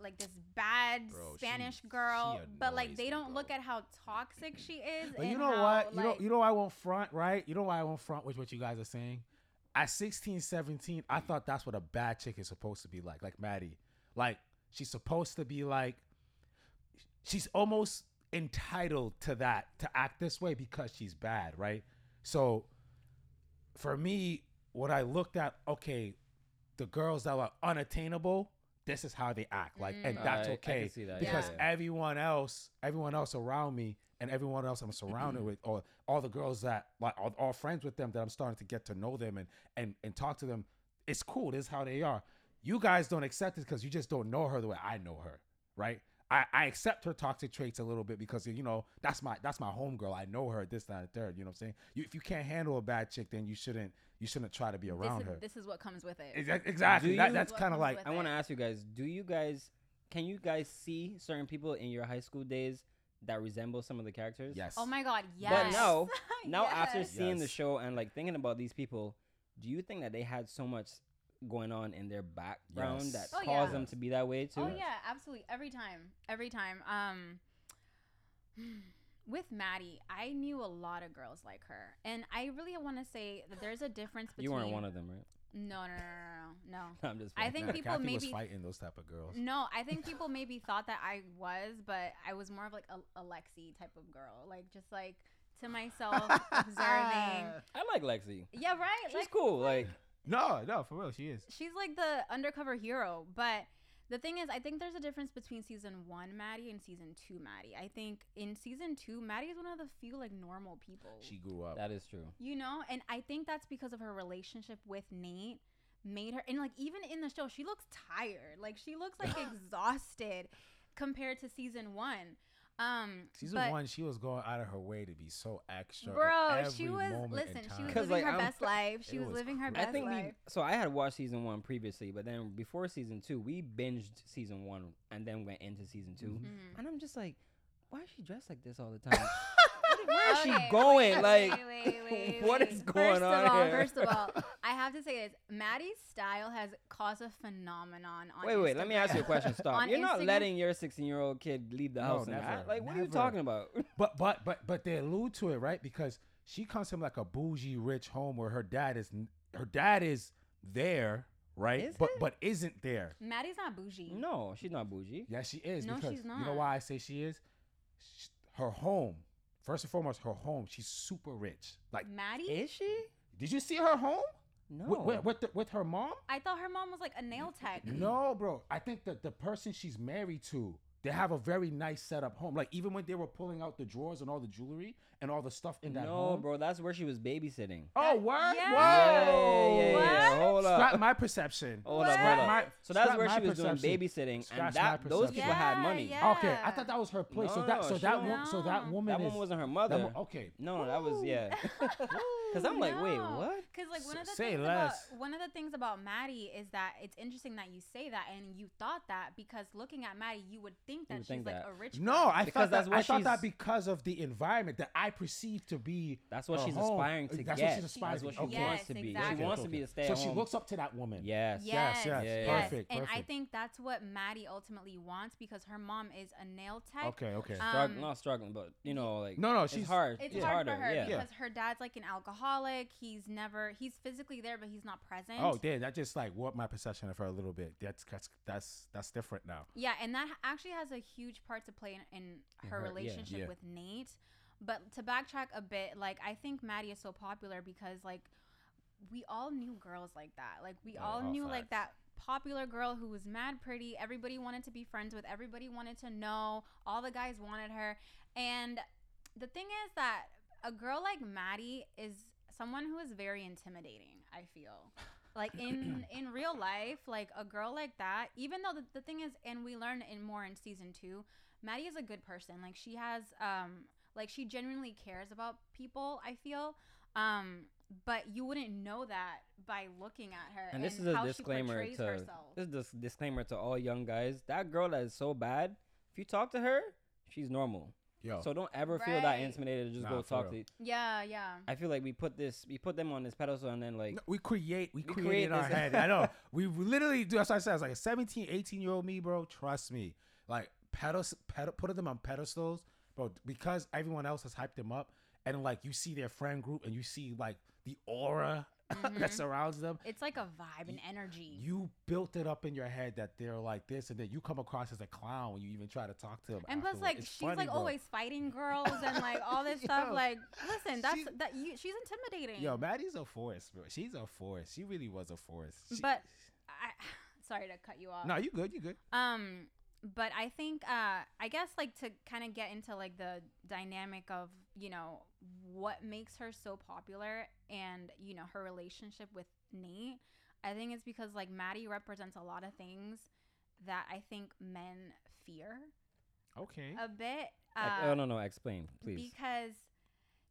Speaker 2: like this bad
Speaker 3: Bro, she-
Speaker 2: Spanish
Speaker 3: she
Speaker 2: girl, but like
Speaker 3: annoys
Speaker 2: they
Speaker 3: me,
Speaker 2: don't
Speaker 3: bro.
Speaker 2: look at how toxic she is.
Speaker 3: But you
Speaker 2: and
Speaker 3: know
Speaker 2: how,
Speaker 3: what? You know,
Speaker 2: like-
Speaker 3: you know why I won't front, right? You know why I won't front with what you guys are saying? At 16, 17, I thought that's what a bad chick is supposed to be like, like Maddie. Like, she's supposed to be like, she's almost entitled to that, to act this way because she's bad, right? So for me, what I looked at, okay, the girls that are unattainable, this is how they act. Like, and
Speaker 2: Mm.
Speaker 3: that's
Speaker 4: I- I
Speaker 3: okay.
Speaker 4: can see that, yeah,
Speaker 3: Because
Speaker 4: yeah.
Speaker 3: everyone else, everyone else around me and everyone else I'm surrounded with, or all the girls that like all, all friends with them that I'm starting to get to know them and and and talk to them, it's cool. This is how they are. You guys don't accept it because you just don't know her the way I know her, right? I, I accept her toxic traits a little bit because you know that's my that's my homegirl. I know her this, that, and third. You know what I'm saying? You, if you can't handle a bad chick, then you shouldn't you shouldn't try to be around
Speaker 2: this
Speaker 3: her.
Speaker 2: is, this is what comes with it.
Speaker 3: Exac- Exactly.
Speaker 4: Do
Speaker 3: That,
Speaker 4: you-
Speaker 3: that's
Speaker 2: What
Speaker 3: kind of
Speaker 2: comes
Speaker 3: like
Speaker 2: with
Speaker 4: I want to
Speaker 2: it.
Speaker 4: ask you guys: Do you guys can you guys see certain people in your high school days that resemble some of the characters?
Speaker 3: yes.
Speaker 2: Oh my god, yes.
Speaker 4: But now, now after
Speaker 2: Yes.
Speaker 4: seeing the
Speaker 3: Yes.
Speaker 4: show and like thinking about these people, do you think that they had so much going on in their background
Speaker 3: Yes.
Speaker 4: that
Speaker 2: Oh,
Speaker 4: caused
Speaker 2: yeah.
Speaker 4: them to be that way too?
Speaker 2: Oh yeah, absolutely. Every time, every time. Um, with Maddie, I knew a lot of girls like her, and I really want to say that there's a difference between.
Speaker 4: You weren't one of them, right?
Speaker 2: No, no, no, no, no, no.
Speaker 4: I'm just.
Speaker 2: I
Speaker 4: playing.
Speaker 2: think
Speaker 3: Nah,
Speaker 2: people
Speaker 3: Kathy was
Speaker 2: maybe-
Speaker 3: fighting those type of girls.
Speaker 2: No, I think people maybe thought that I was, but I was more of like a Alexi type of girl, like just like to myself observing.
Speaker 4: I like Lexi.
Speaker 2: Yeah, right.
Speaker 4: She's
Speaker 2: like,
Speaker 4: cool. Like
Speaker 3: No, no, for real, she is.
Speaker 2: she's like the undercover hero. But the thing is, I think there's a difference between season one Maddie and season two Maddie. I think in season two, Maddie is one of the few like normal people.
Speaker 3: She grew up.
Speaker 4: that is true.
Speaker 2: you know, and I think that's because of her relationship with Nate made her and like even in the show, she looks tired. Like she looks like exhausted compared to season one. Um
Speaker 3: Season
Speaker 2: but-
Speaker 3: one, she was going out of her way to be so extra. at
Speaker 2: Bro,
Speaker 3: every
Speaker 2: she was
Speaker 3: moment in
Speaker 2: listen, she
Speaker 3: time.
Speaker 2: was
Speaker 4: 'Cause,
Speaker 2: living
Speaker 4: like,
Speaker 2: her
Speaker 4: I'm-
Speaker 2: best life. She
Speaker 3: It
Speaker 2: was,
Speaker 3: was
Speaker 2: living her
Speaker 3: crazy.
Speaker 4: I
Speaker 2: best
Speaker 4: think
Speaker 2: life.
Speaker 4: we. So I had watched season one previously, but then before season two, we binged season one and then went into season 2
Speaker 3: Mm-hmm.
Speaker 2: Mhm.
Speaker 4: and I'm just like, why is she dressed like this all the time? what Where is
Speaker 2: Okay,
Speaker 4: she
Speaker 2: wait,
Speaker 4: going?
Speaker 2: wait,
Speaker 4: like,
Speaker 2: wait, wait, wait,
Speaker 4: what
Speaker 2: wait.
Speaker 4: is going
Speaker 2: first
Speaker 4: on
Speaker 2: of all,
Speaker 4: here?
Speaker 2: First of all, I have to say this: Maddie's style has caused a phenomenon. On
Speaker 4: wait, wait. Let me ask you a
Speaker 2: Instagram.
Speaker 4: question. Stop.
Speaker 2: On
Speaker 4: You're not
Speaker 2: Instagram-
Speaker 4: letting your 16 year old kid leave the
Speaker 3: No,
Speaker 4: house. and
Speaker 3: never,
Speaker 4: act- like, what are you
Speaker 3: never.
Speaker 4: talking about?
Speaker 3: But but but but they allude to it, right? Because she comes from like a bougie rich home where her dad is her dad is there, right?
Speaker 4: Is
Speaker 3: but
Speaker 4: it?
Speaker 3: but isn't there.
Speaker 2: Maddie's not bougie.
Speaker 4: no, she's not bougie.
Speaker 3: Yeah, she is.
Speaker 2: No,
Speaker 3: because
Speaker 2: she's
Speaker 3: You know
Speaker 2: not.
Speaker 3: why I say she is? Sh her home. First and foremost, her home. She's super rich. Like,
Speaker 2: Maddie.
Speaker 4: Is she?
Speaker 3: did you see her home
Speaker 4: No.
Speaker 3: with with with, the, with her mom?
Speaker 2: I thought her mom was like a nail tech.
Speaker 3: No, bro. I think that the person she's married to, they have a very nice setup home. Like even when they were pulling out the drawers and all the jewelry and all the stuff in that
Speaker 4: no,
Speaker 3: home.
Speaker 4: bro. That's where she was babysitting.
Speaker 3: Oh,
Speaker 2: That-
Speaker 3: word!
Speaker 2: yeah.
Speaker 3: Whoa!
Speaker 4: Yeah, yeah, yeah.
Speaker 2: What?
Speaker 4: Hold up.
Speaker 3: Scrap my perception.
Speaker 4: Hold up,
Speaker 2: Scrap
Speaker 4: hold up.
Speaker 3: my-
Speaker 4: so that's
Speaker 3: scrap
Speaker 4: where
Speaker 3: my
Speaker 4: she was doing
Speaker 3: perception.
Speaker 4: babysitting,
Speaker 3: Scratch
Speaker 4: and
Speaker 3: my
Speaker 4: that those people
Speaker 3: perception.
Speaker 4: had
Speaker 2: Yeah,
Speaker 4: money.
Speaker 2: yeah.
Speaker 3: Okay, I thought that was her place. so
Speaker 4: No,
Speaker 3: that so
Speaker 4: she
Speaker 3: that
Speaker 4: don't-
Speaker 3: wo- so that
Speaker 2: No.
Speaker 3: woman
Speaker 4: That
Speaker 3: is
Speaker 4: one wasn't her
Speaker 3: that
Speaker 4: mother.
Speaker 3: wo- okay.
Speaker 4: No, that was
Speaker 2: Ooh.
Speaker 4: yeah. Because I'm like, wait, what?
Speaker 2: Because like one
Speaker 3: S-
Speaker 2: of the
Speaker 3: say
Speaker 2: things
Speaker 3: less.
Speaker 2: about one of the things about Maddie is that it's interesting that you say that and you thought that because looking at Maddie, you would think that
Speaker 4: would
Speaker 2: she's
Speaker 4: think
Speaker 2: like
Speaker 4: that.
Speaker 2: a rich.
Speaker 3: No, I
Speaker 2: girl.
Speaker 4: Because
Speaker 3: thought
Speaker 4: that's
Speaker 3: that,
Speaker 4: what
Speaker 3: I thought that
Speaker 4: she's-
Speaker 3: because of the environment that I perceive to be.
Speaker 4: That's what
Speaker 3: her
Speaker 4: she's
Speaker 3: home.
Speaker 4: aspiring to
Speaker 3: That's
Speaker 4: get.
Speaker 3: What she's aspiring
Speaker 4: That's what she
Speaker 3: to. Okay.
Speaker 4: wants
Speaker 2: Yes,
Speaker 4: to be. She
Speaker 2: exactly.
Speaker 4: wants to
Speaker 3: Okay,
Speaker 4: be a
Speaker 3: okay.
Speaker 4: stay at
Speaker 3: So she
Speaker 4: home.
Speaker 3: looks up to that woman.
Speaker 4: Yes.
Speaker 2: Yes,
Speaker 3: yes,
Speaker 2: yes,
Speaker 4: yes.
Speaker 3: Perfect,
Speaker 2: And I
Speaker 3: perfect.
Speaker 2: think that's what Maddie ultimately wants because her mom is a nail tech.
Speaker 3: Okay. Okay.
Speaker 2: Um,
Speaker 4: Strugg- not struggling, but you know, like
Speaker 3: no, no,
Speaker 4: it's
Speaker 3: she's
Speaker 4: hard.
Speaker 2: It's hard
Speaker 4: harder.
Speaker 2: for her
Speaker 4: yeah.
Speaker 3: Yeah.
Speaker 2: because her dad's like an alcoholic. He's never he's physically there, but he's not present.
Speaker 3: Oh, damn! That just like warped my perception of her a little bit. That's that's that's that's different now.
Speaker 2: Yeah, and that actually has a huge part to play in, in
Speaker 4: In
Speaker 2: her
Speaker 4: her- yeah.
Speaker 2: relationship
Speaker 3: Yeah.
Speaker 2: with Nate. But to backtrack a bit, like I think Maddie is so popular because like we all knew girls like that. Like we
Speaker 3: Oh,
Speaker 2: all
Speaker 3: all
Speaker 2: knew like that
Speaker 3: facts.
Speaker 2: popular girl who was mad pretty. Everybody wanted to be friends with. Everybody wanted to know. All the guys wanted her. And the thing is that a girl like Maddie is someone who is very intimidating. I feel like in in real life, like a girl like that. Even though the, the thing is, and we learn in more in season two, Maddie is a good person. Like she has, um, like she genuinely cares about people. I feel, um, but you wouldn't know that by looking at her.
Speaker 4: And this is a
Speaker 2: how she
Speaker 4: disclaimer
Speaker 2: portrays
Speaker 4: to
Speaker 2: herself.
Speaker 4: this is a s- disclaimer to all young guys. That girl that is so bad. If you talk to her, she's normal.
Speaker 3: Yo.
Speaker 4: So don't ever feel that
Speaker 2: Right.
Speaker 4: intimidated to just
Speaker 3: Oh. Nah,
Speaker 4: go
Speaker 3: for
Speaker 4: talk
Speaker 3: real.
Speaker 4: to.
Speaker 2: Yeah, yeah.
Speaker 4: I feel like we put this, we put them on this pedestal, and then like
Speaker 3: No, we create we,
Speaker 4: We
Speaker 3: create,
Speaker 4: create
Speaker 3: in our
Speaker 4: this-
Speaker 3: head i know we literally do that's what i said i was like a 17 18 year old me bro trust me like pedest, pedest, putting them on pedestals bro because everyone else has hyped them up and like you see their friend group and you see like the aura that
Speaker 2: Mhm.
Speaker 3: surrounds them
Speaker 2: It's like a vibe and energy.
Speaker 3: you built it up in your head that they're like this and then you come across as a clown when you even try to talk to them
Speaker 2: and plus,
Speaker 3: afterward.
Speaker 2: like
Speaker 3: It's
Speaker 2: she's
Speaker 3: funny,
Speaker 2: like
Speaker 3: bro.
Speaker 2: always fighting girls and like all this
Speaker 3: Yo.
Speaker 2: stuff. Like, listen, that's
Speaker 3: She's-
Speaker 2: that you, she's intimidating.
Speaker 3: yo maddie's a force bro she's a force she really was a force She-
Speaker 2: But I, sorry to cut you off.
Speaker 3: no you good you good
Speaker 2: Um, but I think uh, I guess like to kind of get into like the dynamic of you know what makes her so popular and you know her relationship with Nate. I think it's because like Maddie represents a lot of things that I think men fear
Speaker 3: okay
Speaker 4: Mm-hmm.
Speaker 2: a bit.
Speaker 4: Ex-
Speaker 2: Uh,
Speaker 4: oh no no explain please
Speaker 2: because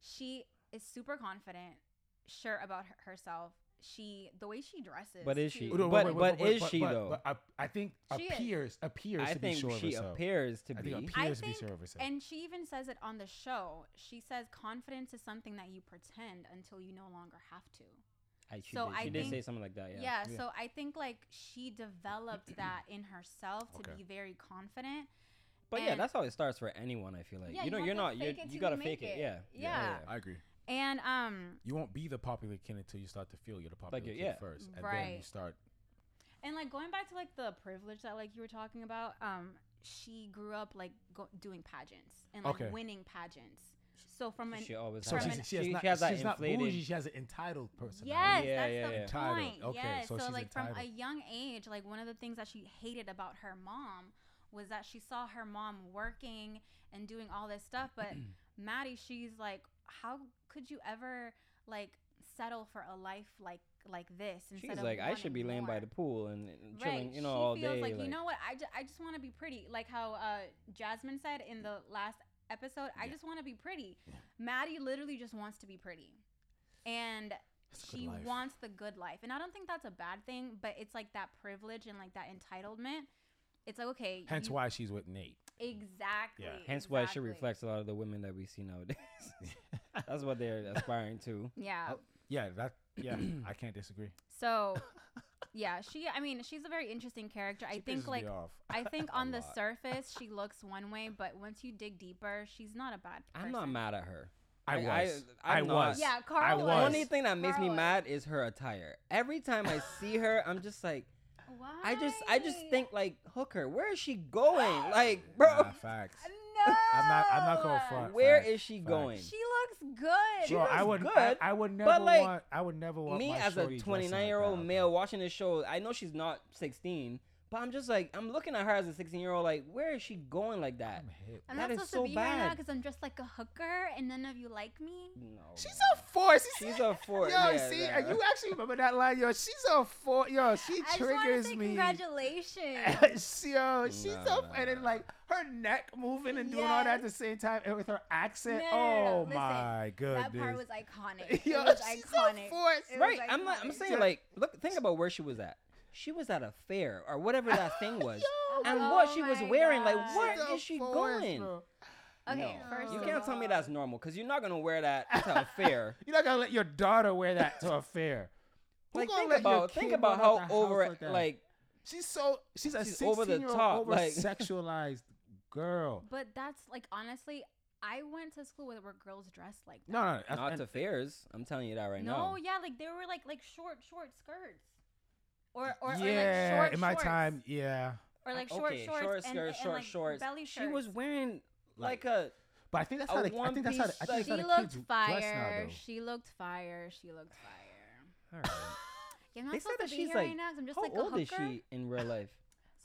Speaker 2: she is super confident, sure about her- herself. She the way she dresses.
Speaker 4: But is she-
Speaker 2: too.
Speaker 4: Wait, But- but is she, though?
Speaker 3: But I, I think
Speaker 2: She is.
Speaker 3: appears appears
Speaker 4: I
Speaker 3: to be
Speaker 4: think
Speaker 3: sure
Speaker 4: she
Speaker 3: of herself.
Speaker 4: appears to
Speaker 3: I
Speaker 4: be
Speaker 3: think
Speaker 2: I
Speaker 3: appears to be
Speaker 2: think-
Speaker 3: sure of herself.
Speaker 2: And she even says it on the show. She says confidence is something that you pretend until you no longer have to.
Speaker 4: I, she
Speaker 2: so
Speaker 4: did,
Speaker 2: I
Speaker 4: she did say
Speaker 2: think-
Speaker 4: something like that yeah,
Speaker 2: Yeah,
Speaker 3: Yeah.
Speaker 2: so I think like she developed that in herself to
Speaker 3: Okay.
Speaker 2: be very confident.
Speaker 4: but yeah
Speaker 2: and-
Speaker 4: that's how it starts for anyone I feel like
Speaker 2: Yeah,
Speaker 4: you know
Speaker 2: you
Speaker 4: you are
Speaker 2: have
Speaker 4: not
Speaker 2: to
Speaker 4: you're,
Speaker 2: fake it
Speaker 4: you
Speaker 2: till
Speaker 4: gotta
Speaker 2: you
Speaker 4: fake
Speaker 2: make
Speaker 4: it
Speaker 2: it.
Speaker 4: yeah
Speaker 2: Yeah.
Speaker 3: I agree.
Speaker 2: And um
Speaker 3: You won't be the popular kid until you start to feel you're the popular
Speaker 4: Like,
Speaker 3: kid
Speaker 4: yeah.
Speaker 3: first, and then you
Speaker 2: Right.
Speaker 3: start.
Speaker 2: and like going back to like the privilege that like you were talking about, um she grew up like go- doing pageants and like
Speaker 3: Okay.
Speaker 2: winning pageants. So from an
Speaker 4: she always
Speaker 3: So
Speaker 2: From
Speaker 4: has,
Speaker 3: she's,
Speaker 2: an-
Speaker 3: she has
Speaker 4: she
Speaker 3: not.
Speaker 4: has that
Speaker 3: she's not
Speaker 4: inflated
Speaker 3: bougie. She has an entitled
Speaker 2: Yes,
Speaker 3: personality.
Speaker 4: Yeah,
Speaker 2: that's
Speaker 4: yeah,
Speaker 2: the
Speaker 4: yeah.
Speaker 3: Entitled.
Speaker 2: point.
Speaker 3: Okay,
Speaker 2: yes.
Speaker 3: so
Speaker 2: So,
Speaker 3: she's
Speaker 2: like from a
Speaker 3: entitled.
Speaker 2: young age, like one of the things that she hated about her mom was that she saw her mom working and doing all this stuff, but Maddie, she's like, how could you ever like settle for a life like like this?
Speaker 4: she's like I should be
Speaker 2: wanting
Speaker 4: laying by
Speaker 2: more?"
Speaker 4: the pool and, and chilling
Speaker 2: right.
Speaker 4: you know
Speaker 2: she
Speaker 4: all
Speaker 2: feels
Speaker 4: day
Speaker 2: like, you know what? I, ju- I just want to be pretty. Like how uh, Jasmine said in the last episode, I
Speaker 3: Yeah.
Speaker 2: just want to be pretty. Maddie literally just wants to be pretty. And
Speaker 3: That's a good
Speaker 2: she
Speaker 3: life.
Speaker 2: wants the good life. And I don't think that's a bad thing, but it's like that privilege and like that entitlement. It's like, okay.
Speaker 3: Hence
Speaker 2: you-
Speaker 3: why she's with Nate.
Speaker 2: Exactly.
Speaker 4: Hence why it should
Speaker 2: exactly.
Speaker 4: reflect a lot of the women that we see nowadays. That's what they're aspiring to.
Speaker 2: Yeah.
Speaker 3: Oh. Yeah, that. Yeah, I can't disagree.
Speaker 2: So, yeah, she. I mean, she's a very interesting character. I
Speaker 3: She pisses
Speaker 2: think
Speaker 3: me
Speaker 2: like
Speaker 3: off.
Speaker 2: I think on the
Speaker 3: lot.
Speaker 2: surface she looks one way, but once you dig deeper, she's not a bad person.
Speaker 4: I'm not mad at her.
Speaker 3: I
Speaker 4: I-
Speaker 3: was.
Speaker 4: I-
Speaker 3: I,
Speaker 4: I'm not-
Speaker 3: was.
Speaker 2: Yeah,
Speaker 3: I
Speaker 2: Carl.
Speaker 4: The
Speaker 3: was.
Speaker 4: only thing that makes me
Speaker 2: Carla.
Speaker 4: mad is her attire. Every time I see her, I'm just like,
Speaker 2: Why?
Speaker 4: I just, I just think like, hooker, where is she going? Like, bro,
Speaker 3: Nah, facts.
Speaker 2: No.
Speaker 3: I'm not- I'm not gonna front.
Speaker 4: where
Speaker 3: facts,
Speaker 4: is she
Speaker 3: facts.
Speaker 4: going?
Speaker 2: She looks good.
Speaker 4: She
Speaker 3: Bro, I
Speaker 4: looks
Speaker 3: would. I,
Speaker 4: good,
Speaker 3: I would never
Speaker 4: like,
Speaker 3: want. I would never want
Speaker 4: me
Speaker 3: my
Speaker 4: as a
Speaker 3: shorty dressing like
Speaker 4: 29 year old
Speaker 3: that,
Speaker 4: male
Speaker 3: bro.
Speaker 4: watching this show, I know she's not 16, but I'm just like, I'm looking at her as a 16 year old. Like, where is she going like that?
Speaker 3: I'm hit.
Speaker 2: I'm
Speaker 4: that
Speaker 2: not
Speaker 4: is
Speaker 2: supposed
Speaker 4: so
Speaker 2: to be here now
Speaker 4: bad.
Speaker 2: because I'm dressed like a hooker, and none of you like me.
Speaker 4: No,
Speaker 3: She's a force.
Speaker 4: she's a four.
Speaker 3: Yo,
Speaker 4: yeah,
Speaker 3: see,
Speaker 4: yeah.
Speaker 3: and you actually remember that line? Yo, she's a four. Yo, she
Speaker 2: I just want to
Speaker 3: triggers
Speaker 2: say
Speaker 3: me.
Speaker 2: congratulations.
Speaker 3: she, yo, she's
Speaker 4: No,
Speaker 3: so,
Speaker 4: no,
Speaker 3: and then
Speaker 4: no.
Speaker 3: like her neck moving and doing all that at the same time, and with her accent.
Speaker 2: No, no, no, no,
Speaker 3: oh
Speaker 2: listen,
Speaker 3: my goodness.
Speaker 2: that part was iconic.
Speaker 3: Yo,
Speaker 2: it was
Speaker 3: she's a
Speaker 2: iconic.
Speaker 3: force.
Speaker 2: It was
Speaker 4: right? I'm not. I'm
Speaker 2: iconic.
Speaker 4: saying like, look, think about where she was at. She was at a fair or whatever that thing was,
Speaker 3: Yo,
Speaker 4: and
Speaker 2: Oh
Speaker 4: what she was
Speaker 2: my
Speaker 4: wearing.
Speaker 2: God.
Speaker 4: Like, where
Speaker 3: she's a
Speaker 4: is she
Speaker 3: force,
Speaker 4: going?
Speaker 3: bro.
Speaker 2: Okay,
Speaker 4: No.
Speaker 2: first
Speaker 4: you
Speaker 2: of
Speaker 4: can't tell me
Speaker 2: all-
Speaker 4: that's normal because you're not gonna wear that to a fair.
Speaker 3: You're not gonna let your daughter wear that to a fair. Who
Speaker 4: like,
Speaker 3: gonna
Speaker 4: think
Speaker 3: let your
Speaker 4: about think
Speaker 3: kid run
Speaker 4: about
Speaker 3: out
Speaker 4: how
Speaker 3: the house
Speaker 4: over
Speaker 3: that?
Speaker 4: like
Speaker 3: she's so she's a
Speaker 4: she's
Speaker 3: 16
Speaker 4: over the
Speaker 3: year old
Speaker 4: top,
Speaker 3: over
Speaker 4: like-
Speaker 3: sexualized girl.
Speaker 2: But that's like honestly, I went to school where, where girls dressed like that.
Speaker 3: No, no, that's,
Speaker 4: not
Speaker 3: and-
Speaker 4: to fairs. I'm telling you that right
Speaker 2: no,
Speaker 4: now.
Speaker 2: yeah, like they were like like short short skirts, or or,
Speaker 3: yeah.
Speaker 2: or like short
Speaker 3: in my
Speaker 2: shorts.
Speaker 3: time, yeah.
Speaker 2: or like short
Speaker 4: okay,
Speaker 2: shorts,
Speaker 4: short
Speaker 2: and-
Speaker 4: skirts,
Speaker 2: and,
Speaker 4: short
Speaker 2: like,
Speaker 4: shorts.
Speaker 2: belly shirts.
Speaker 4: She was wearing
Speaker 3: Like-
Speaker 4: like a
Speaker 3: But I think that's
Speaker 4: A
Speaker 3: how the, I
Speaker 4: one
Speaker 3: think that's how the, I think that's
Speaker 4: piece,
Speaker 2: She
Speaker 3: how the
Speaker 2: looked
Speaker 3: kids dress now,
Speaker 2: fire.
Speaker 3: though.
Speaker 2: she looked fire. She looked fire. Yeah, I'm not
Speaker 4: They said
Speaker 2: supposed
Speaker 4: that
Speaker 2: to be
Speaker 4: she's
Speaker 2: here right
Speaker 4: like-
Speaker 2: now 'cause I'm just
Speaker 4: how
Speaker 2: like a
Speaker 4: old
Speaker 2: hooker.
Speaker 4: is she in real life?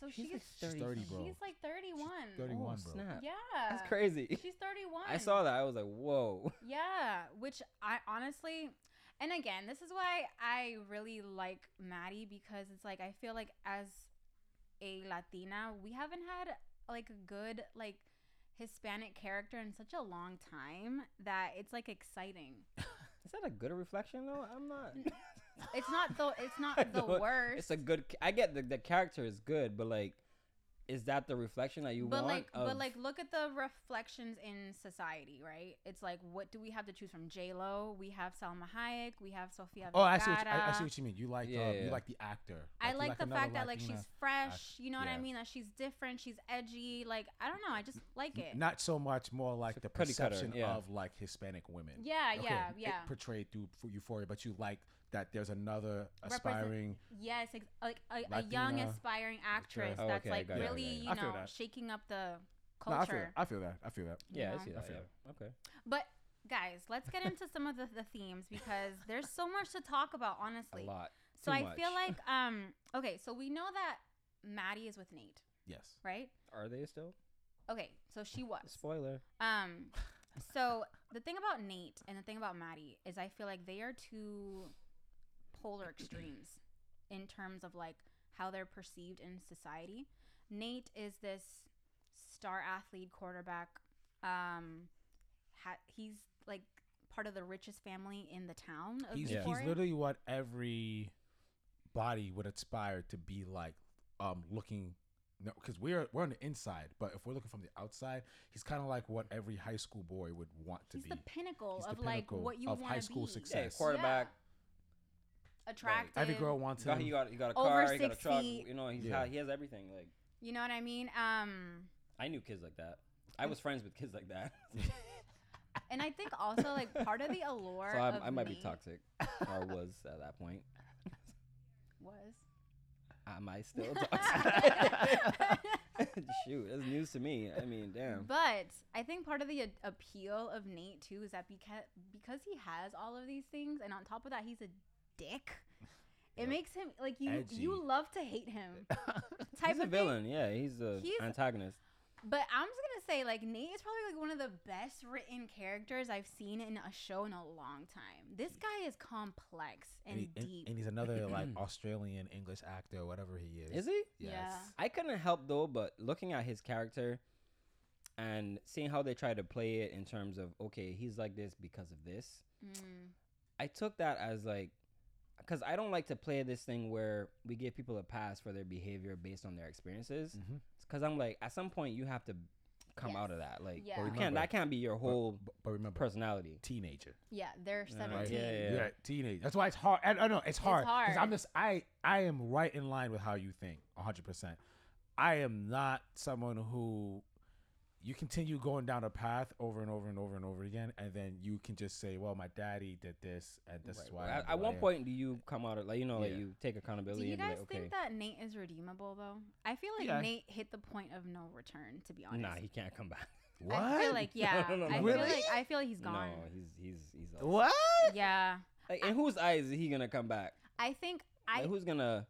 Speaker 2: So she's
Speaker 4: She's like
Speaker 3: She's
Speaker 4: 30,
Speaker 3: 30, bro.
Speaker 2: she's like 31.
Speaker 3: 31,
Speaker 4: oh,
Speaker 3: bro.
Speaker 4: snap.
Speaker 2: Yeah,
Speaker 4: That's crazy.
Speaker 2: She's 31.
Speaker 4: I saw that. I was like, whoa.
Speaker 2: Yeah, which I honestly, and again, this is why I really like Maddie because it's like I feel like as a Latina, we haven't had like a good like Hispanic character in such a long time that it's like exciting.
Speaker 4: Is that a good reflection though? I'm not.
Speaker 2: It's not the it's not the
Speaker 4: No,
Speaker 2: worst.
Speaker 4: It's a good. I get the, the character is good, but like, is that the reflection that you
Speaker 2: but
Speaker 4: want?
Speaker 2: like but
Speaker 4: of-
Speaker 2: like look at the reflections in society, right? It's like what do we have to choose from? J Lo, we have Salma Hayek, we have Sofia.
Speaker 3: Oh, I see, what you,
Speaker 2: Vergara.
Speaker 3: I, I see what you mean. You like
Speaker 4: Yeah,
Speaker 3: uh,
Speaker 4: yeah.
Speaker 3: you like the actor.
Speaker 2: I
Speaker 3: you
Speaker 2: like, the
Speaker 3: another
Speaker 2: fact that like
Speaker 3: Latina.
Speaker 2: she's fresh, you know what I
Speaker 3: yeah.
Speaker 2: mean? That she's different, she's edgy. Like I don't know, I just like it.
Speaker 3: not so much more like
Speaker 4: She's
Speaker 3: the
Speaker 4: a cookie cutter,
Speaker 3: perception
Speaker 4: yeah.
Speaker 3: of like Hispanic women.
Speaker 2: yeah,
Speaker 3: Okay,
Speaker 2: yeah,
Speaker 3: it
Speaker 2: yeah.
Speaker 3: portrayed through for Euphoria, but you like that there's another aspiring.
Speaker 2: yes, ex- like a, a young
Speaker 3: Latina.
Speaker 2: aspiring actress
Speaker 4: Oh,
Speaker 2: that's
Speaker 4: okay,
Speaker 2: like
Speaker 4: got it,
Speaker 2: really,
Speaker 4: got it.
Speaker 2: you
Speaker 3: I feel
Speaker 2: know,
Speaker 3: that.
Speaker 2: shaking up the
Speaker 3: No, I feel
Speaker 2: culture.
Speaker 3: that. I feel that. I feel that.
Speaker 2: you
Speaker 4: yeah,
Speaker 2: know?
Speaker 4: I see that.
Speaker 3: feel
Speaker 4: yeah. Okay.
Speaker 2: But guys, let's get into some of the, the themes because there's so much to talk about, honestly.
Speaker 4: A lot.
Speaker 2: So
Speaker 4: Too
Speaker 2: I feel
Speaker 4: much.
Speaker 2: like um okay, so we know that Maddie is with Nate,
Speaker 3: Yes.
Speaker 2: right?
Speaker 4: Are they still?
Speaker 2: Okay, so she was.
Speaker 4: Spoiler.
Speaker 2: Um, so the thing about Nate and the thing about Maddie is I feel like they are two polar extremes in terms of like how they're perceived in society. Nate is this star athlete quarterback. Um, ha- he's like part of the richest family in the town. Of
Speaker 3: He's,
Speaker 4: Yeah.
Speaker 3: he's
Speaker 2: Euphoria.
Speaker 3: literally what every body would aspire to be like. Um, looking, no, because we're we're on the inside, but if we're looking from the outside, he's kind of like what every high school boy would want to
Speaker 2: He's
Speaker 3: be.
Speaker 2: the pinnacle
Speaker 3: He's the
Speaker 2: of like
Speaker 3: pinnacle
Speaker 2: what you
Speaker 3: of
Speaker 2: want
Speaker 3: high school
Speaker 2: be.
Speaker 3: success.
Speaker 4: Yeah,
Speaker 3: Yes.
Speaker 4: quarterback.
Speaker 2: attractive.
Speaker 3: Every girl wants
Speaker 4: Got,
Speaker 3: him.
Speaker 4: he got he got a
Speaker 2: Over
Speaker 4: car. He got a
Speaker 2: six
Speaker 4: truck.
Speaker 2: feet.
Speaker 4: You know, he's
Speaker 3: Yeah.
Speaker 4: ha- he has everything. Like
Speaker 2: You know what I mean? Um,
Speaker 4: I knew kids like that. I was friends with kids like that.
Speaker 2: and I think also like part of the allure.
Speaker 4: so I'm,
Speaker 2: of
Speaker 4: I might be
Speaker 2: Nate
Speaker 4: toxic, or was at that point.
Speaker 2: Was
Speaker 4: Am I still toxic? Shoot, that's news to me. I mean, damn.
Speaker 2: But I think part of the a- appeal of Nate too is that because because he has all of these things, and on top of that, he's a dick. It
Speaker 3: Yep.
Speaker 2: makes him like you.
Speaker 3: Edgy.
Speaker 2: You love to hate him. type
Speaker 4: he's a
Speaker 2: of thing.
Speaker 4: villain. Yeah, he's a
Speaker 2: He's-
Speaker 4: antagonist.
Speaker 2: But I'm just gonna say, like Nate is probably like one of the best written characters I've seen in a show in a long time. This guy is complex and,
Speaker 3: and, he- and-
Speaker 2: deep.
Speaker 3: and he's another like Australian English actor, whatever he is.
Speaker 4: Is he?
Speaker 3: Yes.
Speaker 2: Yeah.
Speaker 4: I couldn't help though, but looking at his character and seeing how they try to play it in terms of okay, he's like this because of this.
Speaker 2: Mm.
Speaker 4: I took that as like, because I don't like to play this thing where we give people a pass for their behavior based on their experiences.
Speaker 3: Mhm.
Speaker 4: Because I'm like, at some point, you have to come
Speaker 2: Yes.
Speaker 4: out of that. Like
Speaker 2: Yeah. But
Speaker 4: you can't
Speaker 3: remember-
Speaker 4: that can't be your whole
Speaker 3: But, but remember,
Speaker 4: personality.
Speaker 3: teenager.
Speaker 2: Yeah, they're
Speaker 4: Yeah,
Speaker 2: 17.
Speaker 4: yeah, yeah.
Speaker 3: Yeah. teenage. That's why it's hard. I, I know it's hard. 'cause
Speaker 2: hard.
Speaker 3: I'm just I I am right in line with how you think, 100. percent I am not someone who you continue going down a path over and over and over and over again, and then you can just say, "Well, my daddy did this, and this is
Speaker 4: Right.
Speaker 3: why."
Speaker 4: At-
Speaker 3: I am
Speaker 4: at,
Speaker 3: who I
Speaker 4: one
Speaker 3: am."
Speaker 4: point do you come out of like you know like
Speaker 3: Yeah.
Speaker 4: you take
Speaker 2: Do
Speaker 4: accountability
Speaker 2: you
Speaker 4: and be
Speaker 2: guys
Speaker 4: like okay
Speaker 2: think that Nate is redeemable though? I feel like
Speaker 3: Yeah.
Speaker 2: Nate hit the point of no return. To be honest,
Speaker 4: nah he can't come back.
Speaker 3: what?
Speaker 2: I feel like yeah.
Speaker 4: No, no,
Speaker 2: I
Speaker 4: no,
Speaker 2: feel
Speaker 4: no.
Speaker 2: like I feel like he's gone.
Speaker 4: No, he's he's he's out.
Speaker 3: what?
Speaker 2: yeah,
Speaker 4: Like, in whose eyes is he gonna come back?
Speaker 2: I think I
Speaker 4: Like, who's gonna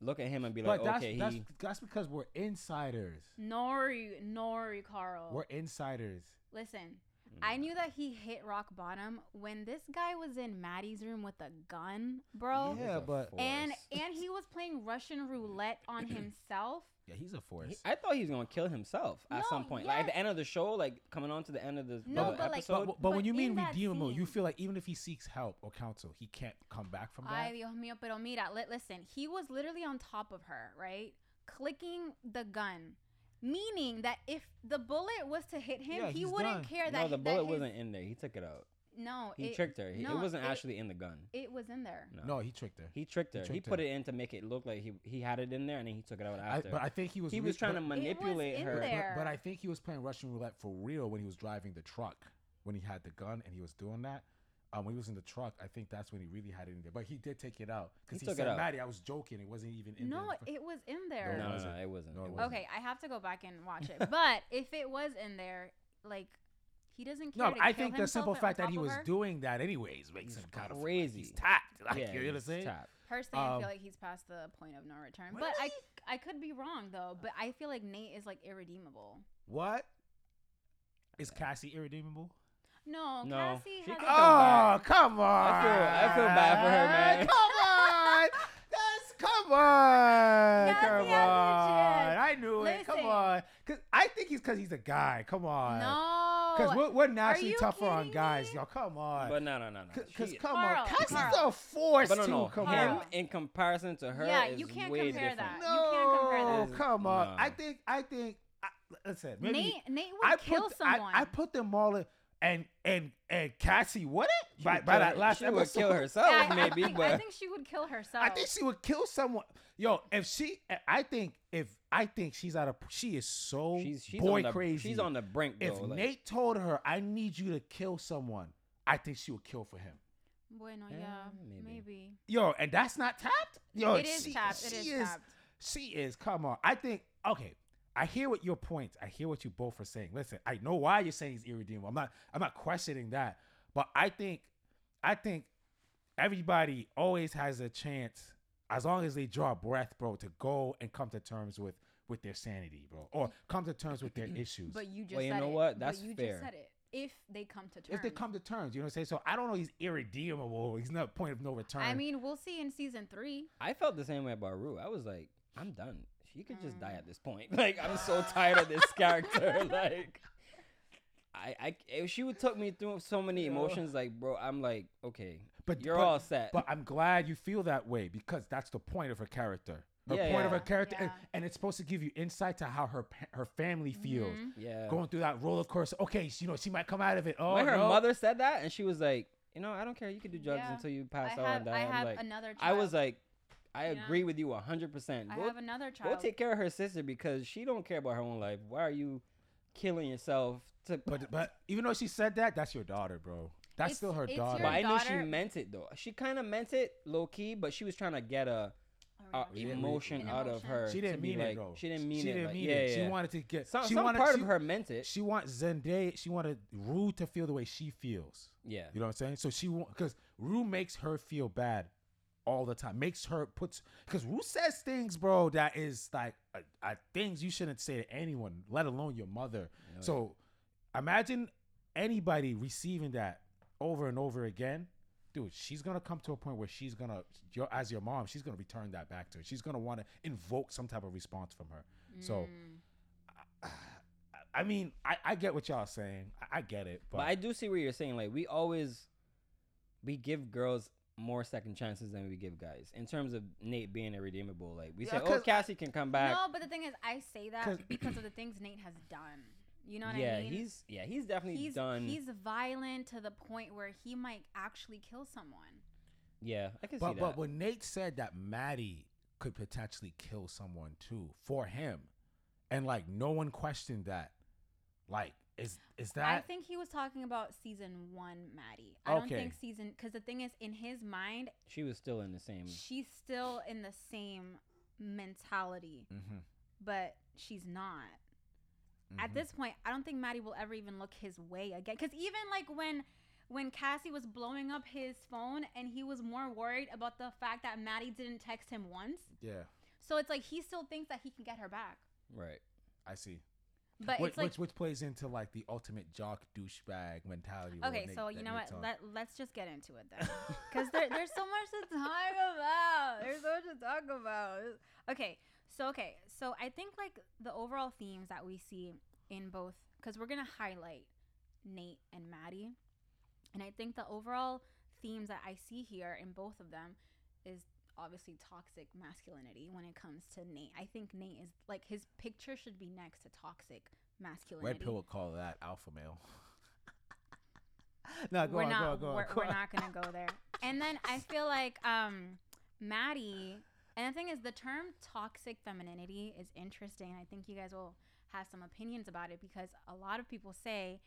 Speaker 4: look at him and be
Speaker 3: But
Speaker 4: like
Speaker 3: that's
Speaker 4: okay
Speaker 3: that's
Speaker 4: he
Speaker 3: that's because we're insiders.
Speaker 2: Nori Nori Carl.
Speaker 3: We're insiders.
Speaker 2: Listen,
Speaker 4: Mm.
Speaker 2: I knew that he hit rock bottom when this guy was in Maddie's room with a gun, bro.
Speaker 3: Yeah, but-
Speaker 2: And and he was playing Russian roulette on himself.
Speaker 1: Yeah, he's a force.
Speaker 4: He- I thought he was gonna kill himself at
Speaker 2: No,
Speaker 4: some point. Like at the
Speaker 2: yes.
Speaker 4: end of the show, like coming on to the end of the
Speaker 2: No,
Speaker 4: the
Speaker 2: but, like-
Speaker 4: episode.
Speaker 2: But-
Speaker 3: But, but when you mean
Speaker 2: in that
Speaker 3: redeemable, you
Speaker 2: scene-
Speaker 3: feel like even if he seeks help or counsel, he can't come back from that.
Speaker 2: Ay, Dios mío, pero mira, li- listen, he was literally on top of her, right? Clicking the gun. Meaning that if the bullet was to hit him,
Speaker 3: Yeah,
Speaker 2: he
Speaker 3: he's
Speaker 2: wouldn't
Speaker 3: done.
Speaker 2: care that
Speaker 4: no, the
Speaker 2: that
Speaker 4: bullet
Speaker 2: his-
Speaker 4: wasn't in there. He took it out.
Speaker 2: No,
Speaker 4: He
Speaker 2: it-
Speaker 4: tricked her. He,
Speaker 2: no,
Speaker 4: it wasn't
Speaker 2: it-
Speaker 4: actually in the gun.
Speaker 2: It was in there.
Speaker 4: No.
Speaker 3: no, he tricked her.
Speaker 4: He tricked
Speaker 3: He
Speaker 4: her. He,
Speaker 3: tricked
Speaker 4: put
Speaker 3: her.
Speaker 4: it in to make it look like he he had it in there and then he took it out
Speaker 3: I,
Speaker 4: after.
Speaker 3: but I think he was.
Speaker 4: he was
Speaker 3: re-
Speaker 4: trying
Speaker 3: but-
Speaker 4: to manipulate
Speaker 2: in
Speaker 4: her.
Speaker 2: there.
Speaker 3: But, but I think he was playing Russian roulette for real when he was driving the truck. When he had the gun and he was doing that, um, when he was in the truck, I think that's when he really had it in there. But he did take it out because
Speaker 4: He
Speaker 3: he,
Speaker 4: took it
Speaker 3: said,
Speaker 4: out.
Speaker 3: "Maddie, I was joking. It wasn't even in
Speaker 2: No,
Speaker 3: there."
Speaker 2: it was in
Speaker 4: No,
Speaker 2: there.
Speaker 4: no,
Speaker 3: wasn't.
Speaker 4: no, it wasn't.
Speaker 3: No,
Speaker 4: It
Speaker 3: it
Speaker 4: wasn't.
Speaker 3: wasn't.
Speaker 2: Okay, I have to go back and watch it. but if it was in there, like he doesn't care.
Speaker 3: No,
Speaker 2: to
Speaker 3: I
Speaker 2: kill
Speaker 3: think the simple
Speaker 2: himself on
Speaker 3: fact that
Speaker 2: top
Speaker 3: he
Speaker 2: of
Speaker 3: was
Speaker 2: her,
Speaker 3: doing that anyways makes
Speaker 4: He's
Speaker 3: him kind of
Speaker 4: crazy.
Speaker 3: Like, he's tapped. Like,
Speaker 4: Yeah,
Speaker 3: you know what I'm
Speaker 4: he's
Speaker 3: saying?
Speaker 4: tapped.
Speaker 2: Personally, I
Speaker 3: Um,
Speaker 2: feel like he's past the point of no return. But I, I could be wrong though. But I feel like Nate is like irredeemable.
Speaker 3: What? Is Cassie irredeemable?
Speaker 2: No,
Speaker 4: No.
Speaker 2: Cassie
Speaker 4: She
Speaker 2: has.
Speaker 4: could
Speaker 3: Oh,
Speaker 4: back.
Speaker 3: come on.
Speaker 4: I feel- I feel bad for her, man.
Speaker 3: Come on. That's, come on.
Speaker 2: Yes,
Speaker 3: come
Speaker 2: he has a
Speaker 3: on.
Speaker 2: chance.
Speaker 3: I knew it. Come
Speaker 2: Listen.
Speaker 3: on. Cause I think he's because he's a guy. Come on. Because
Speaker 2: no.
Speaker 3: we're, we're naturally
Speaker 2: you
Speaker 3: tougher on
Speaker 2: kidding
Speaker 3: guys,
Speaker 2: me?
Speaker 3: y'all. Come on.
Speaker 4: But no, no, no, no.
Speaker 3: Because,
Speaker 4: She-
Speaker 3: come
Speaker 2: Carl,
Speaker 3: on. Cassie's
Speaker 2: Carl.
Speaker 3: a force,
Speaker 4: but no,
Speaker 3: too.
Speaker 4: no.
Speaker 3: Come
Speaker 4: him
Speaker 3: on.
Speaker 2: Carl.
Speaker 4: in comparison to her
Speaker 2: Yeah,
Speaker 4: is
Speaker 2: you can't
Speaker 4: way
Speaker 2: compare
Speaker 4: different.
Speaker 2: that.
Speaker 3: No.
Speaker 2: can't compare
Speaker 4: that.
Speaker 3: Come on.
Speaker 4: No.
Speaker 3: I think, I think, I, listen, maybe.
Speaker 2: Nate, Nate would
Speaker 3: I
Speaker 2: kill
Speaker 3: put, I-
Speaker 2: someone.
Speaker 3: I, put them all in, and and and Cassie wouldn't.
Speaker 4: She
Speaker 3: By,
Speaker 4: would
Speaker 3: by
Speaker 4: kill
Speaker 3: that
Speaker 4: her-
Speaker 3: last
Speaker 4: she
Speaker 3: episode,
Speaker 4: would kill herself,
Speaker 2: Yeah, I- I,
Speaker 4: maybe.
Speaker 2: think,
Speaker 4: but
Speaker 2: I think she would kill herself.
Speaker 3: I think she would kill someone. Yo, if she, I think if I think she's out of, she is so
Speaker 4: she's she's
Speaker 3: boy
Speaker 4: on the,
Speaker 3: crazy.
Speaker 4: She's on the brink,
Speaker 3: if
Speaker 4: though. like,
Speaker 3: Nate told her, "I need you to kill someone," I think she would kill for him.
Speaker 2: Bueno, yeah,
Speaker 4: Yeah, maybe.
Speaker 2: maybe.
Speaker 3: Yo, and that's not tapped. Yo,
Speaker 2: it is
Speaker 3: Oh, she,
Speaker 2: tapped. It
Speaker 3: she
Speaker 2: is,
Speaker 3: is
Speaker 2: tapped.
Speaker 3: She is. Come on. I think. Okay. I hear what your points. I hear what you both are saying. Listen, I know why you're saying he's irredeemable. I'm not. I'm not questioning that. But I think. I think everybody always has a chance as long as they draw breath, bro, to go and come to terms with with their sanity, bro, or come to terms with their issues.
Speaker 2: But you just
Speaker 4: you
Speaker 2: said
Speaker 4: know
Speaker 2: it.
Speaker 4: what?
Speaker 2: But
Speaker 4: That's
Speaker 2: you
Speaker 4: fair.
Speaker 2: just said it. If they come to terms.
Speaker 3: if they come to terms, you know what I'm saying. So I don't know. He's irredeemable. He's not point of no return.
Speaker 2: I mean, we'll see in season three.
Speaker 4: I felt the same way about Rue. I was like, I'm done. She could just die
Speaker 2: Mm.
Speaker 4: at this point. Like, I'm so tired of this character. Like, I, I, if she would took me through so many
Speaker 3: Yeah.
Speaker 4: emotions. Like, bro, I'm like, okay,
Speaker 3: but
Speaker 4: you're
Speaker 3: but-
Speaker 4: all set.
Speaker 3: But I'm glad you feel that way because that's the point of her character. Her
Speaker 4: Yeah,
Speaker 3: point of
Speaker 4: yeah.
Speaker 3: her character, and,
Speaker 2: Yeah.
Speaker 3: and it's supposed to give you insight to how her pa- her family feels
Speaker 2: Mhm.
Speaker 4: yeah.
Speaker 3: going through that roller coaster. Okay, you know she might come out of it. Oh,
Speaker 4: when her
Speaker 3: no.
Speaker 4: mother said that, and she was like, you know, I don't care. You can do drugs
Speaker 2: Yeah.
Speaker 4: until you
Speaker 2: I
Speaker 4: pass out and
Speaker 2: have,
Speaker 4: die.
Speaker 2: I
Speaker 4: I'm
Speaker 2: have
Speaker 4: like,
Speaker 2: another child.
Speaker 4: I was like, I
Speaker 2: Yeah.
Speaker 4: agree with you 100. percent
Speaker 2: I
Speaker 4: Go
Speaker 2: have another
Speaker 4: go
Speaker 2: child.
Speaker 4: take care of her sister because she don't care about her own life. Why are you killing yourself to?
Speaker 3: But but even though she said that, that's your daughter, bro. That's
Speaker 2: It's-
Speaker 3: still her
Speaker 2: it's
Speaker 3: daughter.
Speaker 4: But
Speaker 2: your
Speaker 4: I knew she
Speaker 2: daughter-
Speaker 4: meant it though. She kind of meant it low key, but she was trying to get a, a
Speaker 2: Oh,
Speaker 3: Yeah, we-
Speaker 4: emotion
Speaker 2: An
Speaker 4: out of
Speaker 2: emotion.
Speaker 4: her.
Speaker 3: she
Speaker 4: to
Speaker 3: didn't
Speaker 4: be
Speaker 3: mean
Speaker 4: like,
Speaker 3: it though.
Speaker 4: She didn't mean it.
Speaker 3: She didn't
Speaker 4: like,
Speaker 3: mean
Speaker 4: yeah,
Speaker 3: it.
Speaker 4: Yeah.
Speaker 3: She wanted to get.
Speaker 4: some,
Speaker 3: she
Speaker 4: some
Speaker 3: wanted.
Speaker 4: part
Speaker 3: she,
Speaker 4: of her meant it.
Speaker 3: She wants Zendaya. She wanted Rue to feel the way she feels.
Speaker 4: yeah.
Speaker 3: You know what I'm saying? So she won't because Rue makes her feel bad all the time. Makes her puts because Rue says things, bro, that is like uh, uh, things you shouldn't say to anyone, let alone your mother.
Speaker 4: yeah.
Speaker 3: so imagine anybody receiving that over and over again. Dude, she's gonna come to a point where she's gonna, your, as your mom, she's gonna return that back to her. She's gonna want to invoke some type of response from her. So,
Speaker 2: Mm.
Speaker 3: I mean, I, I get what y'all saying. I, I get it, but,
Speaker 4: But I do see what you're saying. Like we always, we give girls more second chances than we give guys in terms of Nate being irredeemable. Like we
Speaker 3: Yeah,
Speaker 4: say, oh
Speaker 3: 'cause-
Speaker 4: Cassie can come back.
Speaker 2: no, but the thing is, I say that
Speaker 3: 'Cause-
Speaker 2: because of the things Nate has done. You know what
Speaker 4: yeah,
Speaker 2: I mean?
Speaker 4: he's yeah, he's definitely
Speaker 2: he's
Speaker 4: done.
Speaker 2: he's violent to the point where he might actually kill someone.
Speaker 4: yeah, I can see
Speaker 3: But
Speaker 4: that.
Speaker 3: but when Nate said that Maddie could potentially kill someone too for him, and like no one questioned that, like is is
Speaker 2: I
Speaker 3: that
Speaker 2: think he was talking about season one, Maddie. I don't
Speaker 3: Okay.
Speaker 2: think season because the thing is, in his mind,
Speaker 4: she was still in the same.
Speaker 3: Mm.
Speaker 2: she's still in the same mentality,
Speaker 3: Mhm,
Speaker 2: but she's not. At
Speaker 3: mhm.
Speaker 2: this point, I don't think Maddie will ever even look his way again. Because even like when when Cassie was blowing up his phone, and he was more worried about the fact that Maddie didn't text him once.
Speaker 3: yeah,
Speaker 2: So it's like he still thinks that he can get her back,
Speaker 4: Right.
Speaker 3: I see.
Speaker 2: but
Speaker 3: Which,
Speaker 2: it's like
Speaker 3: which which plays into like the ultimate jock douchebag mentality. where
Speaker 2: Okay,
Speaker 3: Nate-
Speaker 2: so
Speaker 3: that
Speaker 2: you know
Speaker 3: Nate's
Speaker 2: what?
Speaker 3: on.
Speaker 2: Let, let's just get into it then. Because there, there's so much to talk about. There's so much to talk about. Okay, so, okay, so I think like the overall themes that we see in both, because we're going to highlight Nate and Maddie. And I think the overall themes that I see here in both of them is obviously toxic masculinity when it comes to Nate. I think Nate is like his picture should be next to toxic masculinity.
Speaker 3: Red pill would call that alpha male. no, go
Speaker 2: we're
Speaker 3: on,
Speaker 2: not
Speaker 3: go on, go on,
Speaker 2: we're,
Speaker 3: go
Speaker 2: we're
Speaker 3: on.
Speaker 2: not gonna go there and then i feel like um maddie and the thing is the term toxic femininity is interesting i think you guys will have some opinions about it because a lot of people say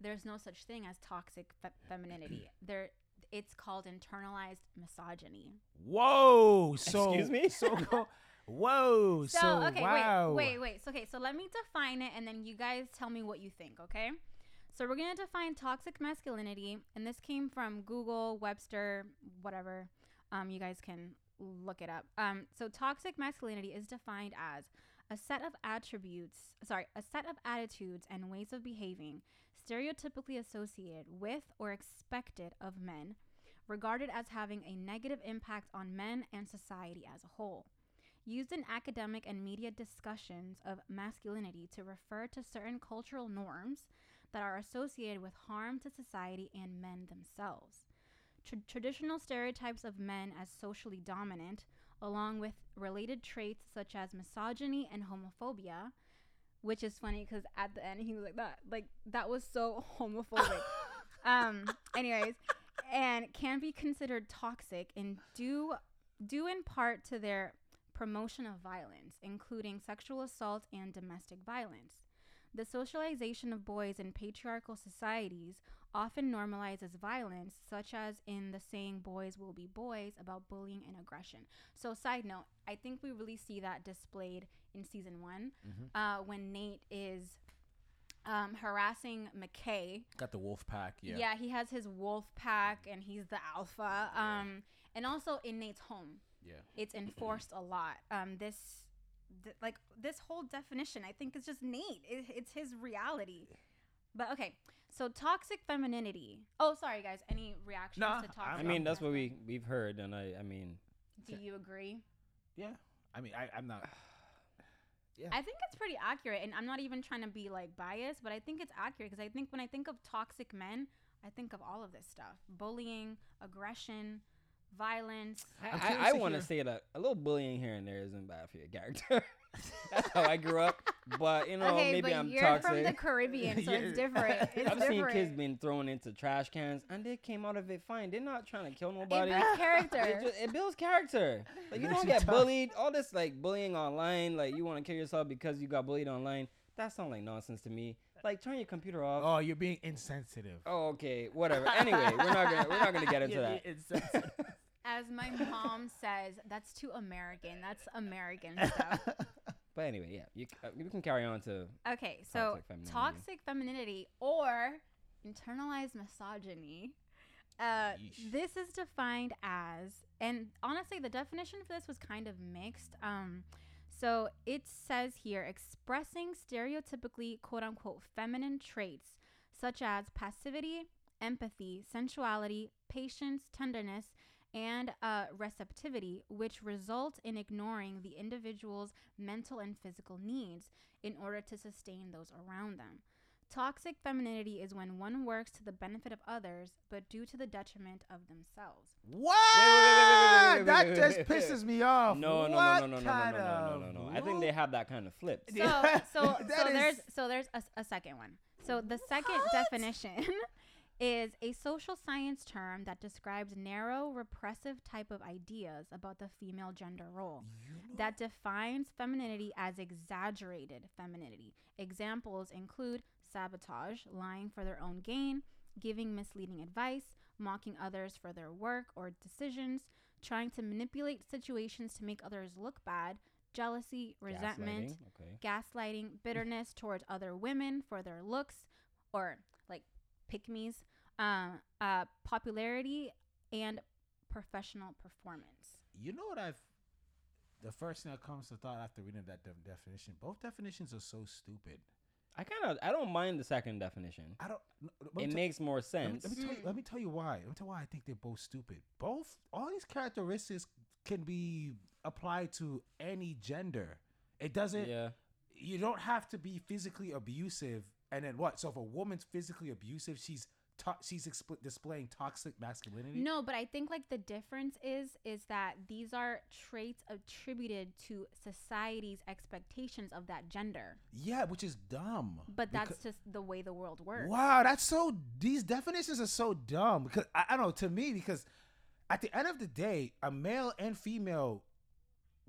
Speaker 2: there's no such thing as toxic fe- femininity there it's called internalized misogyny
Speaker 3: Whoa! So
Speaker 4: Excuse me?
Speaker 3: So go, whoa! So,
Speaker 2: so, okay
Speaker 3: wow!
Speaker 2: wait wait wait so, okay so let me define it and then you guys tell me what you think okay so we're going to define toxic masculinity and this came from google webster whatever um, you guys can look it up um, so toxic masculinity is defined as a set of attributes sorry a set of attitudes and ways of behaving stereotypically associated with or expected of men regarded as having a negative impact on men and society as a whole used in academic and media discussions of masculinity to refer to certain cultural norms that are associated with harm to society and men themselves. Tra- traditional stereotypes of men as socially dominant, along with related traits such as misogyny and homophobia, which is funny because at the end he was like that, like that was so homophobic. um, anyways, and can be considered toxic and due due in part to their promotion of violence, including sexual assault and domestic violence. The socialization of boys in patriarchal societies often normalizes violence, such as in the saying boys will be boys about bullying and aggression. So, side note, I think we really see that displayed in season one uh, when Nate is um, harassing McKay
Speaker 3: Got the wolf pack. Yeah.
Speaker 2: yeah. he has his wolf pack and he's the alpha. Um, and also in Nate's home,
Speaker 3: Yeah.
Speaker 2: it's enforced a lot. Um, this, th- like this whole definition, I think is just Nate. It, it's his reality. But okay, so toxic femininity. Oh, sorry guys, any reactions
Speaker 3: Nah,
Speaker 2: to toxic?
Speaker 3: I
Speaker 4: I mean, that's what
Speaker 2: femininity?
Speaker 4: we we've heard, and I I mean,
Speaker 2: Do you agree?
Speaker 3: Yeah. I mean, I, I'm not.
Speaker 2: I think it's pretty accurate, and I'm not even trying to be like biased, but I think it's accurate because I think when I think of toxic men, I think of all of this stuff: bullying, aggression, violence.
Speaker 3: I'm
Speaker 4: I,
Speaker 3: curious
Speaker 4: I, I
Speaker 3: to
Speaker 4: want to
Speaker 3: hear-
Speaker 4: say that a little bullying here and there isn't bad for your character. That's how I grew up, but you know,
Speaker 2: okay,
Speaker 4: maybe
Speaker 2: but
Speaker 4: I'm
Speaker 2: you're
Speaker 4: toxic.
Speaker 2: from the Caribbean, so it's
Speaker 3: Yeah.
Speaker 2: different. It's
Speaker 4: I've seen
Speaker 2: different.
Speaker 4: kids being thrown into trash cans and they came out of it fine. They're not trying to kill
Speaker 2: it
Speaker 4: nobody.
Speaker 2: builds character.
Speaker 4: It, just, it builds character. Like you
Speaker 3: Makes
Speaker 4: don't
Speaker 3: you
Speaker 4: get
Speaker 3: tough.
Speaker 4: bullied. All this like bullying online, like you want to kill yourself because you got bullied online. That sounds like nonsense to me. Like turn your computer off.
Speaker 3: Oh, you're being insensitive.
Speaker 4: Oh, okay, whatever. Anyway, we're not gonna we're not gonna get into
Speaker 3: You're
Speaker 4: that.
Speaker 3: being insensitive.
Speaker 2: As my mom says, that's too American. That's American stuff.
Speaker 4: But anyway, yeah, you c- uh, we can carry on to
Speaker 2: Okay, so
Speaker 4: Toxic femininity.
Speaker 2: toxic femininity or internalized misogyny. Uh,
Speaker 3: Yeesh.
Speaker 2: this is defined as, and honestly, the definition for this was kind of mixed. Um, so it says here expressing stereotypically quote unquote feminine traits such as passivity, empathy, sensuality, patience, tenderness, and uh, receptivity, which result in ignoring the individual's mental and physical needs in order to sustain those around them. Toxic femininity is when one works to the benefit of others, but due to the detriment of themselves.
Speaker 3: What?
Speaker 4: wait, wait, wait, wait,
Speaker 3: That
Speaker 4: wait,
Speaker 3: just
Speaker 4: wait, wait.
Speaker 3: pisses me off.
Speaker 4: No, no,
Speaker 3: Oh, What
Speaker 4: no, no, no, no, no,
Speaker 3: kind
Speaker 4: no, no,
Speaker 3: of
Speaker 4: no, no. I think they have that kind of flip.
Speaker 2: So,
Speaker 3: Yeah.
Speaker 2: so,
Speaker 3: That
Speaker 2: so
Speaker 3: is-
Speaker 2: there's, so there's a, a second one. So the second
Speaker 3: What?
Speaker 2: definition is a social science term that describes narrow, repressive type of ideas about the female gender role that defines femininity as exaggerated femininity. Examples include sabotage, lying for their own gain, giving misleading advice, mocking others for their work or decisions, trying to manipulate situations to make others look bad, jealousy, resentment,
Speaker 4: Gaslighting, Okay.
Speaker 2: gaslighting, bitterness towards other women for their looks or like pick me's, um, uh, popularity, and professional performance.
Speaker 3: You know what I've. The first thing that comes to thought after reading that de- definition, both definitions are so stupid.
Speaker 4: I kind of I don't mind the second definition.
Speaker 3: I don't. no, let me
Speaker 4: It
Speaker 3: tell-
Speaker 4: makes more
Speaker 3: let me-
Speaker 4: sense.
Speaker 3: Let me, tell you,
Speaker 2: Mm.
Speaker 3: let me tell you why. Let me tell you why I think they're both stupid. Both all these characteristics can be applied to any gender. It doesn't.
Speaker 4: Yeah.
Speaker 3: you don't have to be physically abusive and then what so if a woman's physically abusive she's to- she's expl- displaying toxic masculinity
Speaker 2: No, but I think like the difference is is that these are traits attributed to society's expectations of that gender.
Speaker 3: yeah which is dumb
Speaker 2: But that's
Speaker 3: Becau-
Speaker 2: just the way the world works.
Speaker 3: wow that's so these definitions are so dumb because I, I don't know to me because at the end of the day a male and female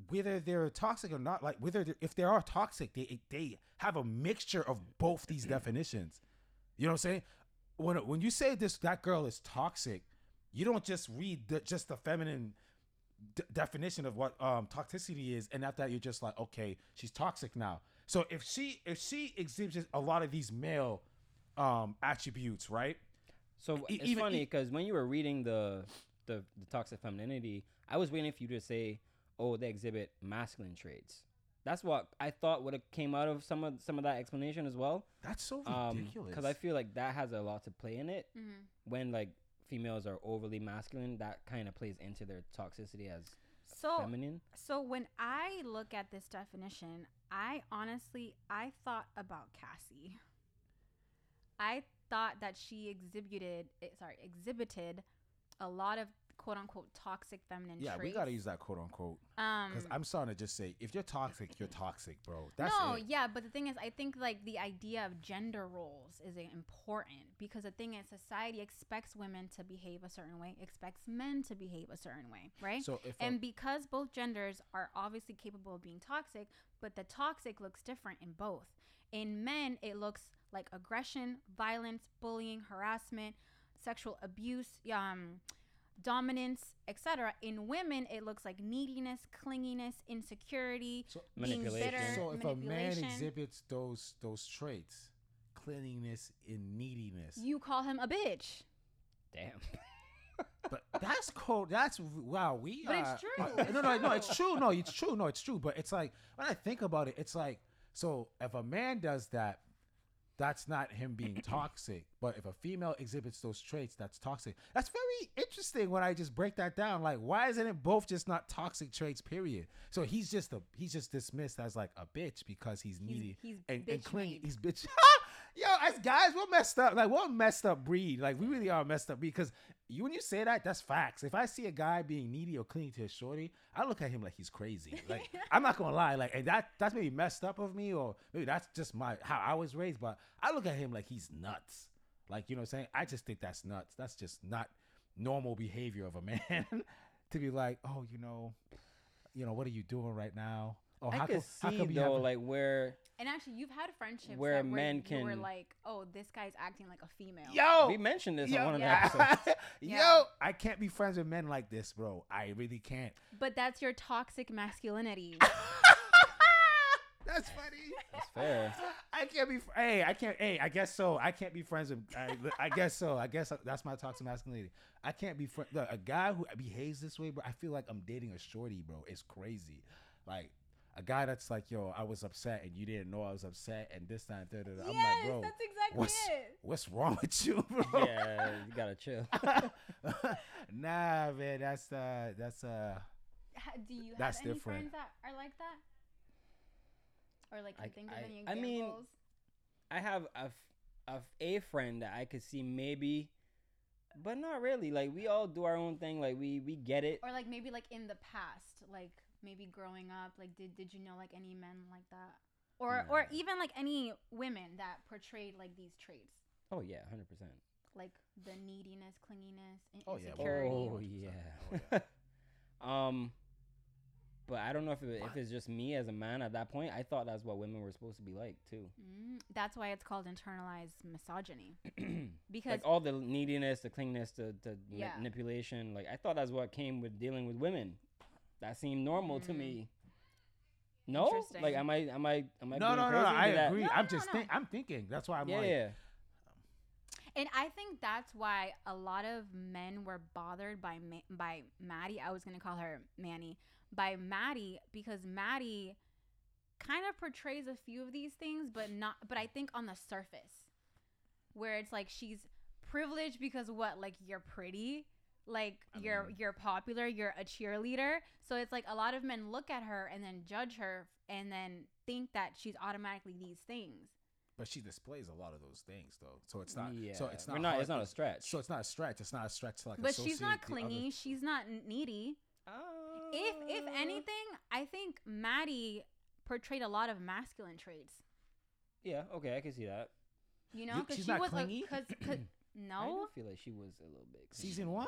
Speaker 3: whether they're toxic or not like whether they're, if they are toxic they they have a mixture of both these definitions You know what I'm saying? When when you say this, that girl is toxic, you don't just read the, just the feminine d- definition of what um, toxicity is, and after that you're just like, okay, she's toxic now. So if she if she exhibits a lot of these male um, attributes, right?
Speaker 4: So
Speaker 3: E-
Speaker 4: it's
Speaker 3: even-
Speaker 4: funny
Speaker 3: e-
Speaker 4: because when you were reading the, the the toxic femininity, I was waiting for you to say, "Oh, they exhibit masculine traits." That's what I thought would have came out of some of some of that explanation as well.
Speaker 3: That's so
Speaker 4: Um,
Speaker 3: ridiculous.
Speaker 4: because I feel like that has a lot to play in it.
Speaker 2: Mhm.
Speaker 4: When like females are overly masculine, that kind of plays into their toxicity as
Speaker 3: Oh.
Speaker 2: So
Speaker 4: feminine.
Speaker 2: so when I look at this definition, I honestly I thought about Cassie. I thought that she exhibited eh, sorry, exhibited a lot of quote unquote toxic feminine
Speaker 3: yeah, we
Speaker 2: traits.
Speaker 3: gotta use that quote unquote
Speaker 2: um
Speaker 3: because I'm starting to just say if you're toxic, you're toxic, bro. That's
Speaker 2: no,
Speaker 3: it.
Speaker 2: yeah, but the thing is, I think like the idea of gender roles is important because the thing is, society expects women to behave a certain way, expects men to behave a certain way, right?
Speaker 3: So if a-
Speaker 2: and because both genders are obviously capable of being toxic, but the toxic looks different in both. In men, it looks like aggression, violence, bullying, harassment, sexual abuse, um, dominance, etc. In women, it looks like neediness, clinginess, insecurity,
Speaker 3: So-
Speaker 2: being
Speaker 4: Manipulation.
Speaker 2: bitter,
Speaker 4: So
Speaker 3: So if a man
Speaker 2: manipulation.
Speaker 3: exhibits those those traits, cleanliness and neediness,
Speaker 2: you call him a bitch.
Speaker 4: Damn.
Speaker 3: but that's cold. That's wow. We
Speaker 2: But it's
Speaker 3: are-
Speaker 2: true.
Speaker 3: uh, no, no, no. It's true. No, it's true. No, it's true. But it's like when I think about it, it's like so if a man does that, that's not him being toxic. But if a female exhibits those traits, that's toxic. That's very interesting when I just break that down. Like, why isn't it both just not toxic traits? Period. So he's just a he's just dismissed as like a bitch because he's needy
Speaker 2: he's
Speaker 3: and, and
Speaker 2: bitch
Speaker 3: clingy.
Speaker 2: made.
Speaker 3: He's bitch. Yo, as guys, we're messed up. Like we're a messed up breed. Like we really are a messed up breed. Because you, when you say that, that's facts. If I see a guy being needy or clingy to his shorty, I look at him like he's crazy. Like I'm not gonna lie. Like and that that's maybe messed up of me, or maybe that's just my how I was raised. But I look at him like he's nuts. Like you know what I'm saying? I just think that's nuts. That's just not normal behavior of a man to be like, oh, you know, you know, what are you doing right now? Oh,
Speaker 4: I could see
Speaker 3: you
Speaker 4: though,
Speaker 3: having-
Speaker 4: like where
Speaker 2: And actually, you've had friendships
Speaker 4: Where
Speaker 2: where that men
Speaker 4: men
Speaker 2: where can were
Speaker 4: can-
Speaker 2: like, oh, this guy's acting like a female.
Speaker 3: yo,
Speaker 4: we mentioned this on
Speaker 3: Yo,
Speaker 4: one of the
Speaker 2: yeah.
Speaker 4: episodes.
Speaker 2: Yeah.
Speaker 3: Yo, I can't be friends with men like this, bro. I really can't.
Speaker 2: But that's your toxic masculinity.
Speaker 3: That's funny.
Speaker 4: It's fair.
Speaker 3: I can't be. Hey, I can't. Hey, I guess so. I can't be friends with. I, I guess so. I guess that's my toxic masculinity. I can't be friends. Look, a guy who behaves this way, bro. I feel like I'm dating a shorty, bro. It's crazy. Like a guy that's like, yo, I was upset and you didn't know I was upset, and this time, da, da, da. I'm like, bro,
Speaker 2: exactly
Speaker 3: what's what's wrong with you, bro?
Speaker 4: Yeah, you gotta chill.
Speaker 3: nah, man, that's uh, that's uh.
Speaker 2: Ha- Do you
Speaker 3: That's
Speaker 2: have any
Speaker 3: different.
Speaker 2: friends that are like that? Or like, can
Speaker 4: I-
Speaker 2: think of
Speaker 4: I-
Speaker 2: any
Speaker 4: I
Speaker 2: examples?
Speaker 4: mean, I have a f- a, a friend that I could see maybe, but not really. Like we all do our own thing. Like we we get it.
Speaker 2: or like maybe like in the past like maybe growing up like did did you know like any men like that or or
Speaker 4: Nah.
Speaker 2: even like any women that portrayed like these traits
Speaker 4: Oh yeah, hundred percent.
Speaker 2: like the neediness clinginess and
Speaker 3: Oh, yeah, well-
Speaker 2: insecurity
Speaker 4: Oh
Speaker 3: yeah.
Speaker 4: yeah.
Speaker 5: Oh,
Speaker 4: um, but I don't know if it, if it's just me as a man at that point. I thought that's what women were supposed to be like too.
Speaker 2: Mm, that's why it's called internalized misogyny because
Speaker 4: like all the neediness, the clinginess, the, the ma-
Speaker 2: Yeah.
Speaker 4: manipulation. Like I thought that's what came with dealing with women. That seemed normal to
Speaker 2: Mm.
Speaker 4: me. No, like
Speaker 2: Hmm. Interesting.
Speaker 4: am I? Am I? Am I?
Speaker 5: No,
Speaker 4: being
Speaker 5: no, no,
Speaker 4: crazy?
Speaker 5: no.
Speaker 4: Did
Speaker 5: I
Speaker 4: that-
Speaker 5: agree.
Speaker 2: No,
Speaker 5: I'm
Speaker 2: no,
Speaker 5: just
Speaker 2: no.
Speaker 5: think. I'm thinking. That's why I'm
Speaker 4: yeah,
Speaker 5: like.
Speaker 4: yeah.
Speaker 2: And I think that's why a lot of men were bothered by Ma- by Maddie. I was gonna call her Manny by Maddie because Maddie kind of portrays a few of these things, but not. But I think on the surface, where it's like she's privileged because what like you're pretty like
Speaker 3: I
Speaker 2: you're
Speaker 3: mean-
Speaker 2: you're popular you're a cheerleader so it's like a lot of men look at her and then judge her and then think that she's automatically these things
Speaker 3: But she displays a lot of those things though, so it's not.
Speaker 4: Yeah.
Speaker 3: So it's
Speaker 4: We're
Speaker 3: not.
Speaker 4: not-
Speaker 3: hard-
Speaker 4: it's not a stretch.
Speaker 3: So it's not a stretch. It's not a stretch to like.
Speaker 2: but she's not
Speaker 3: associate the other-
Speaker 2: clingy she's not needy if if
Speaker 4: Uh,
Speaker 2: anything, I think Maddie portrayed a lot of masculine traits.
Speaker 4: yeah, okay, I can see that.
Speaker 2: You
Speaker 3: You-
Speaker 2: know, because
Speaker 3: she's
Speaker 2: she
Speaker 3: not
Speaker 2: was
Speaker 3: clingy?
Speaker 2: a, cause, 'cause-
Speaker 4: I do
Speaker 2: no
Speaker 4: feel like she was a little bit. clingy.
Speaker 3: Season one.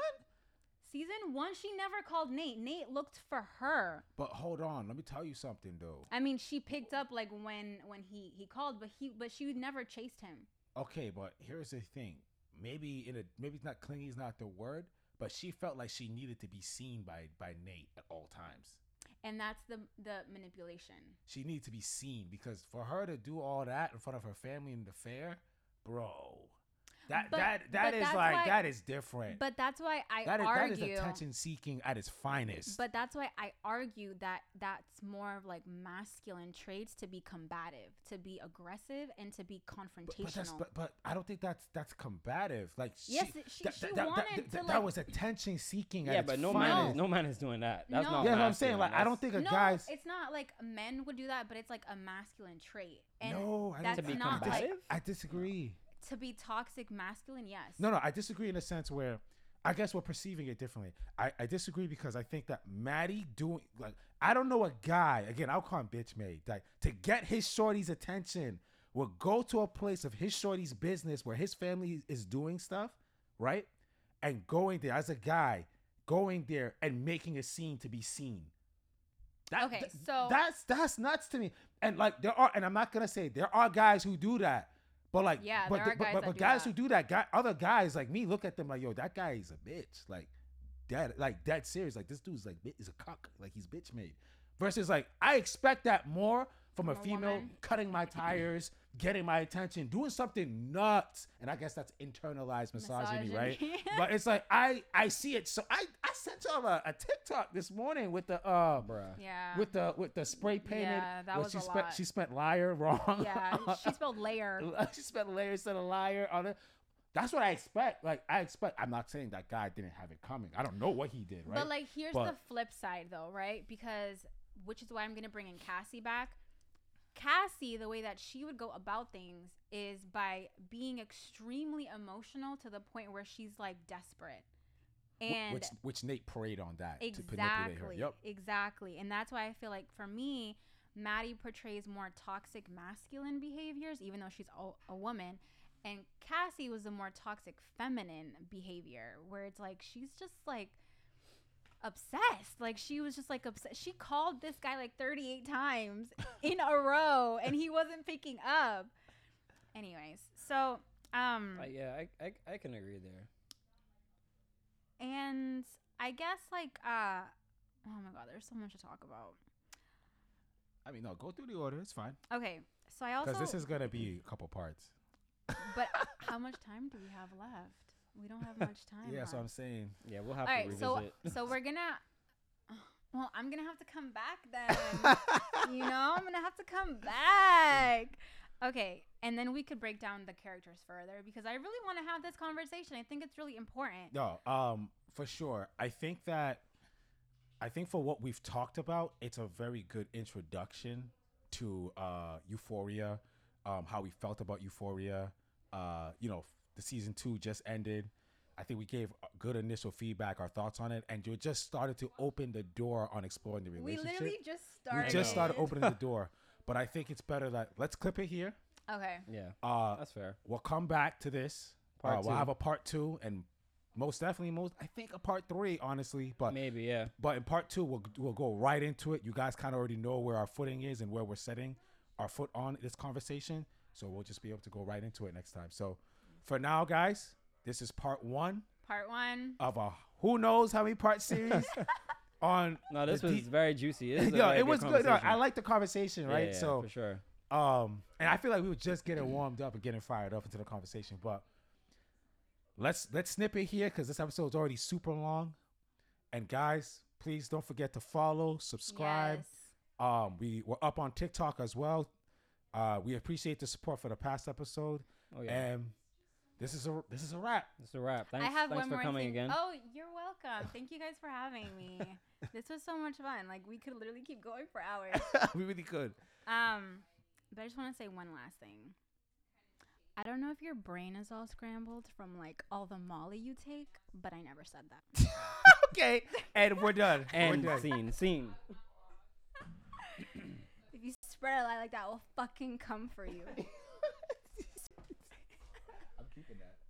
Speaker 2: season one. She never called Nate. Nate looked for her.
Speaker 3: But hold on, let me tell you something though.
Speaker 2: I mean, she picked up like when when he he called, but he but she never chased him.
Speaker 3: Okay, but here's the thing. Maybe in a maybe it's not clingy is not the word, but she felt like she needed to be seen by by Nate at all times.
Speaker 2: And that's the the manipulation.
Speaker 3: She needed to be seen because for her to do all that in front of her family in the fair, bro, that
Speaker 2: But-
Speaker 3: that
Speaker 2: but
Speaker 3: that is
Speaker 2: that's
Speaker 3: like
Speaker 2: why-
Speaker 3: that is different.
Speaker 2: But that's why I
Speaker 3: that is that
Speaker 2: argue.
Speaker 3: is attention seeking at its finest.
Speaker 2: but that's why I argue that that's more of like masculine traits to be combative, to be aggressive, and to be
Speaker 3: But,
Speaker 2: confrontational.
Speaker 3: but that's but, but I don't think that's that's combative. Like she,
Speaker 2: Yes, it- she- she wanted to,
Speaker 3: that
Speaker 2: like-
Speaker 3: was attention seeking.
Speaker 4: Yeah,
Speaker 3: at its
Speaker 4: but no man,
Speaker 3: finest.
Speaker 4: is, no man is doing that. That's
Speaker 2: No.
Speaker 4: not.
Speaker 3: Yeah, that's what I'm saying.
Speaker 4: masculine.
Speaker 3: Like I don't
Speaker 4: That's-
Speaker 3: think a
Speaker 2: no,
Speaker 3: guy's
Speaker 2: it's not like men would do that, but it's like a masculine trait. And
Speaker 3: no. I
Speaker 2: that's
Speaker 3: don't,
Speaker 4: To be
Speaker 2: not
Speaker 3: I, dis-
Speaker 2: like
Speaker 4: combative?
Speaker 3: I disagree.
Speaker 2: to be toxic masculine. Yes.
Speaker 3: No, no, I disagree in a sense where I guess we're perceiving it differently. I, I disagree because I think that Maddie doing like I don't know a guy again. I'll call him bitch made like to get his shorty's attention will go to a place of his shorty's business where his family is doing stuff, right? And going there as a guy, going there and making a scene to be seen. That,
Speaker 2: Okay,
Speaker 3: th-
Speaker 2: so-
Speaker 3: that's that's nuts to me. And like there are, and I'm not gonna say there are guys who do that, but like
Speaker 2: Yeah,
Speaker 3: but
Speaker 2: there
Speaker 3: the-
Speaker 2: are
Speaker 3: but,
Speaker 2: guys
Speaker 3: but,
Speaker 2: that
Speaker 3: but
Speaker 2: do
Speaker 3: guys
Speaker 2: that.
Speaker 3: who do that, guy, other guys like me look at them like, yo, that guy is a bitch. Like that, like that serious. Like this dude's like bi- is a cock. Like he's bitch made. Versus like I expect that more from a,
Speaker 2: From a
Speaker 3: female
Speaker 2: woman.
Speaker 3: cutting my tires, getting my attention, doing something nuts. And I guess that's internalized misogyny, right?
Speaker 2: Misogyny.
Speaker 3: but it's like I I see it. So I I sent y'all a, a TikTok this morning with the uh
Speaker 4: Bruh.
Speaker 2: Yeah.
Speaker 3: with the with the spray painted.
Speaker 2: Yeah, that
Speaker 3: where
Speaker 2: was
Speaker 3: she
Speaker 2: a
Speaker 3: spent
Speaker 2: lot.
Speaker 3: she spent liar wrong.
Speaker 2: yeah. She spelled layer.
Speaker 3: she spent layer instead of liar on it. That's what I expect. Like I expect. I'm not saying that guy didn't have it coming. I don't know what he did, right?
Speaker 2: But like, here's the
Speaker 3: But-
Speaker 2: flip side, though, right? Because which is why I'm gonna bring in Cassie back. Cassie, the way that she would go about things is by being extremely emotional to the point where she's like desperate.
Speaker 3: Wh-
Speaker 2: And
Speaker 3: which which Nate preyed on that to manipulate her.
Speaker 2: Exactly.
Speaker 3: Yep.
Speaker 2: Exactly. And that's why I feel like for me, Maddie portrays more toxic masculine behaviors, even though she's a, a woman. And Cassie was the more toxic feminine behavior, where it's like she's just like obsessed. Like she was just like obsessed. She called this guy like 38 times in a row and he wasn't picking up. Anyways, so um
Speaker 4: Like, yeah, I, I I can agree there.
Speaker 2: and I guess like uh oh my god, there's so much to talk about.
Speaker 3: I mean, no, go through the order. It's fine
Speaker 2: Okay, so I also
Speaker 3: because this is gonna be a couple parts.
Speaker 2: but how much time do we have left? We don't have much time.
Speaker 3: yeah,
Speaker 2: left.
Speaker 3: so I'm saying.
Speaker 4: Yeah, we'll have
Speaker 2: All
Speaker 4: to
Speaker 2: right,
Speaker 4: revisit.
Speaker 2: so so we're gonna. Well, I'm gonna have to come back then. you know, I'm gonna have to come back. Okay, and then we could break down the characters further because I really want to have this conversation. I think it's really important.
Speaker 3: No, um, for sure. I think that I think for what we've talked about, it's a very good introduction to uh Euphoria, um, how we felt about Euphoria, Uh, you know, the season two just ended. I think we gave good initial feedback, our thoughts on it, and you just started to open the door on exploring the
Speaker 2: We
Speaker 3: relationship.
Speaker 2: literally just
Speaker 3: We
Speaker 2: started.
Speaker 3: just started opening the door, but I think it's better that let's clip it here.
Speaker 2: Okay.
Speaker 4: Yeah,
Speaker 3: Uh,
Speaker 4: that's fair.
Speaker 3: we'll come back to this. Uh,
Speaker 4: Part
Speaker 3: We'll
Speaker 4: two.
Speaker 3: have a part two, and most definitely, most I think a part three, honestly. But
Speaker 4: Maybe, yeah.
Speaker 3: but in part two, we'll we'll go right into it. You guys kind of already know where our footing is and where we're setting our foot on this conversation, so we'll just be able to go right into it next time. So for now, guys, this is part one
Speaker 2: Part one.
Speaker 3: of a who knows how many part series on.
Speaker 4: No, this
Speaker 3: the
Speaker 4: was
Speaker 3: deep-
Speaker 4: very juicy. This is a
Speaker 3: Yo,
Speaker 4: very
Speaker 3: it was good. No,
Speaker 4: conversation.
Speaker 3: I like the conversation,
Speaker 4: Yeah,
Speaker 3: right?
Speaker 4: yeah,
Speaker 3: so
Speaker 4: for sure.
Speaker 3: um, and I feel like we were just getting warmed up and getting fired up into the conversation, but let's let's snip it here because this episode's already super long. And guys, please don't forget to follow, subscribe.
Speaker 2: Yes.
Speaker 3: Um, we were up on TikTok as well. Uh, we appreciate the support for the past episode.
Speaker 4: Oh yeah,
Speaker 3: And this is a this is a wrap.
Speaker 4: it's a wrap. Thanks,
Speaker 2: I have
Speaker 4: thanks
Speaker 2: one
Speaker 4: for
Speaker 2: more
Speaker 4: coming
Speaker 2: thing.
Speaker 4: again.
Speaker 2: Oh, you're welcome. Thank you guys for having me. this was so much fun. Like we could literally keep going for hours.
Speaker 3: we really could.
Speaker 2: Um, but I just want to say one last thing. I don't know if your brain is all scrambled from like all the Molly you take, but I never said that.
Speaker 3: Okay, and we're done.
Speaker 4: And
Speaker 3: we're done.
Speaker 4: scene, scene.
Speaker 2: if you spread a lie like that, we'll fucking come for you.
Speaker 3: I'm keeping that.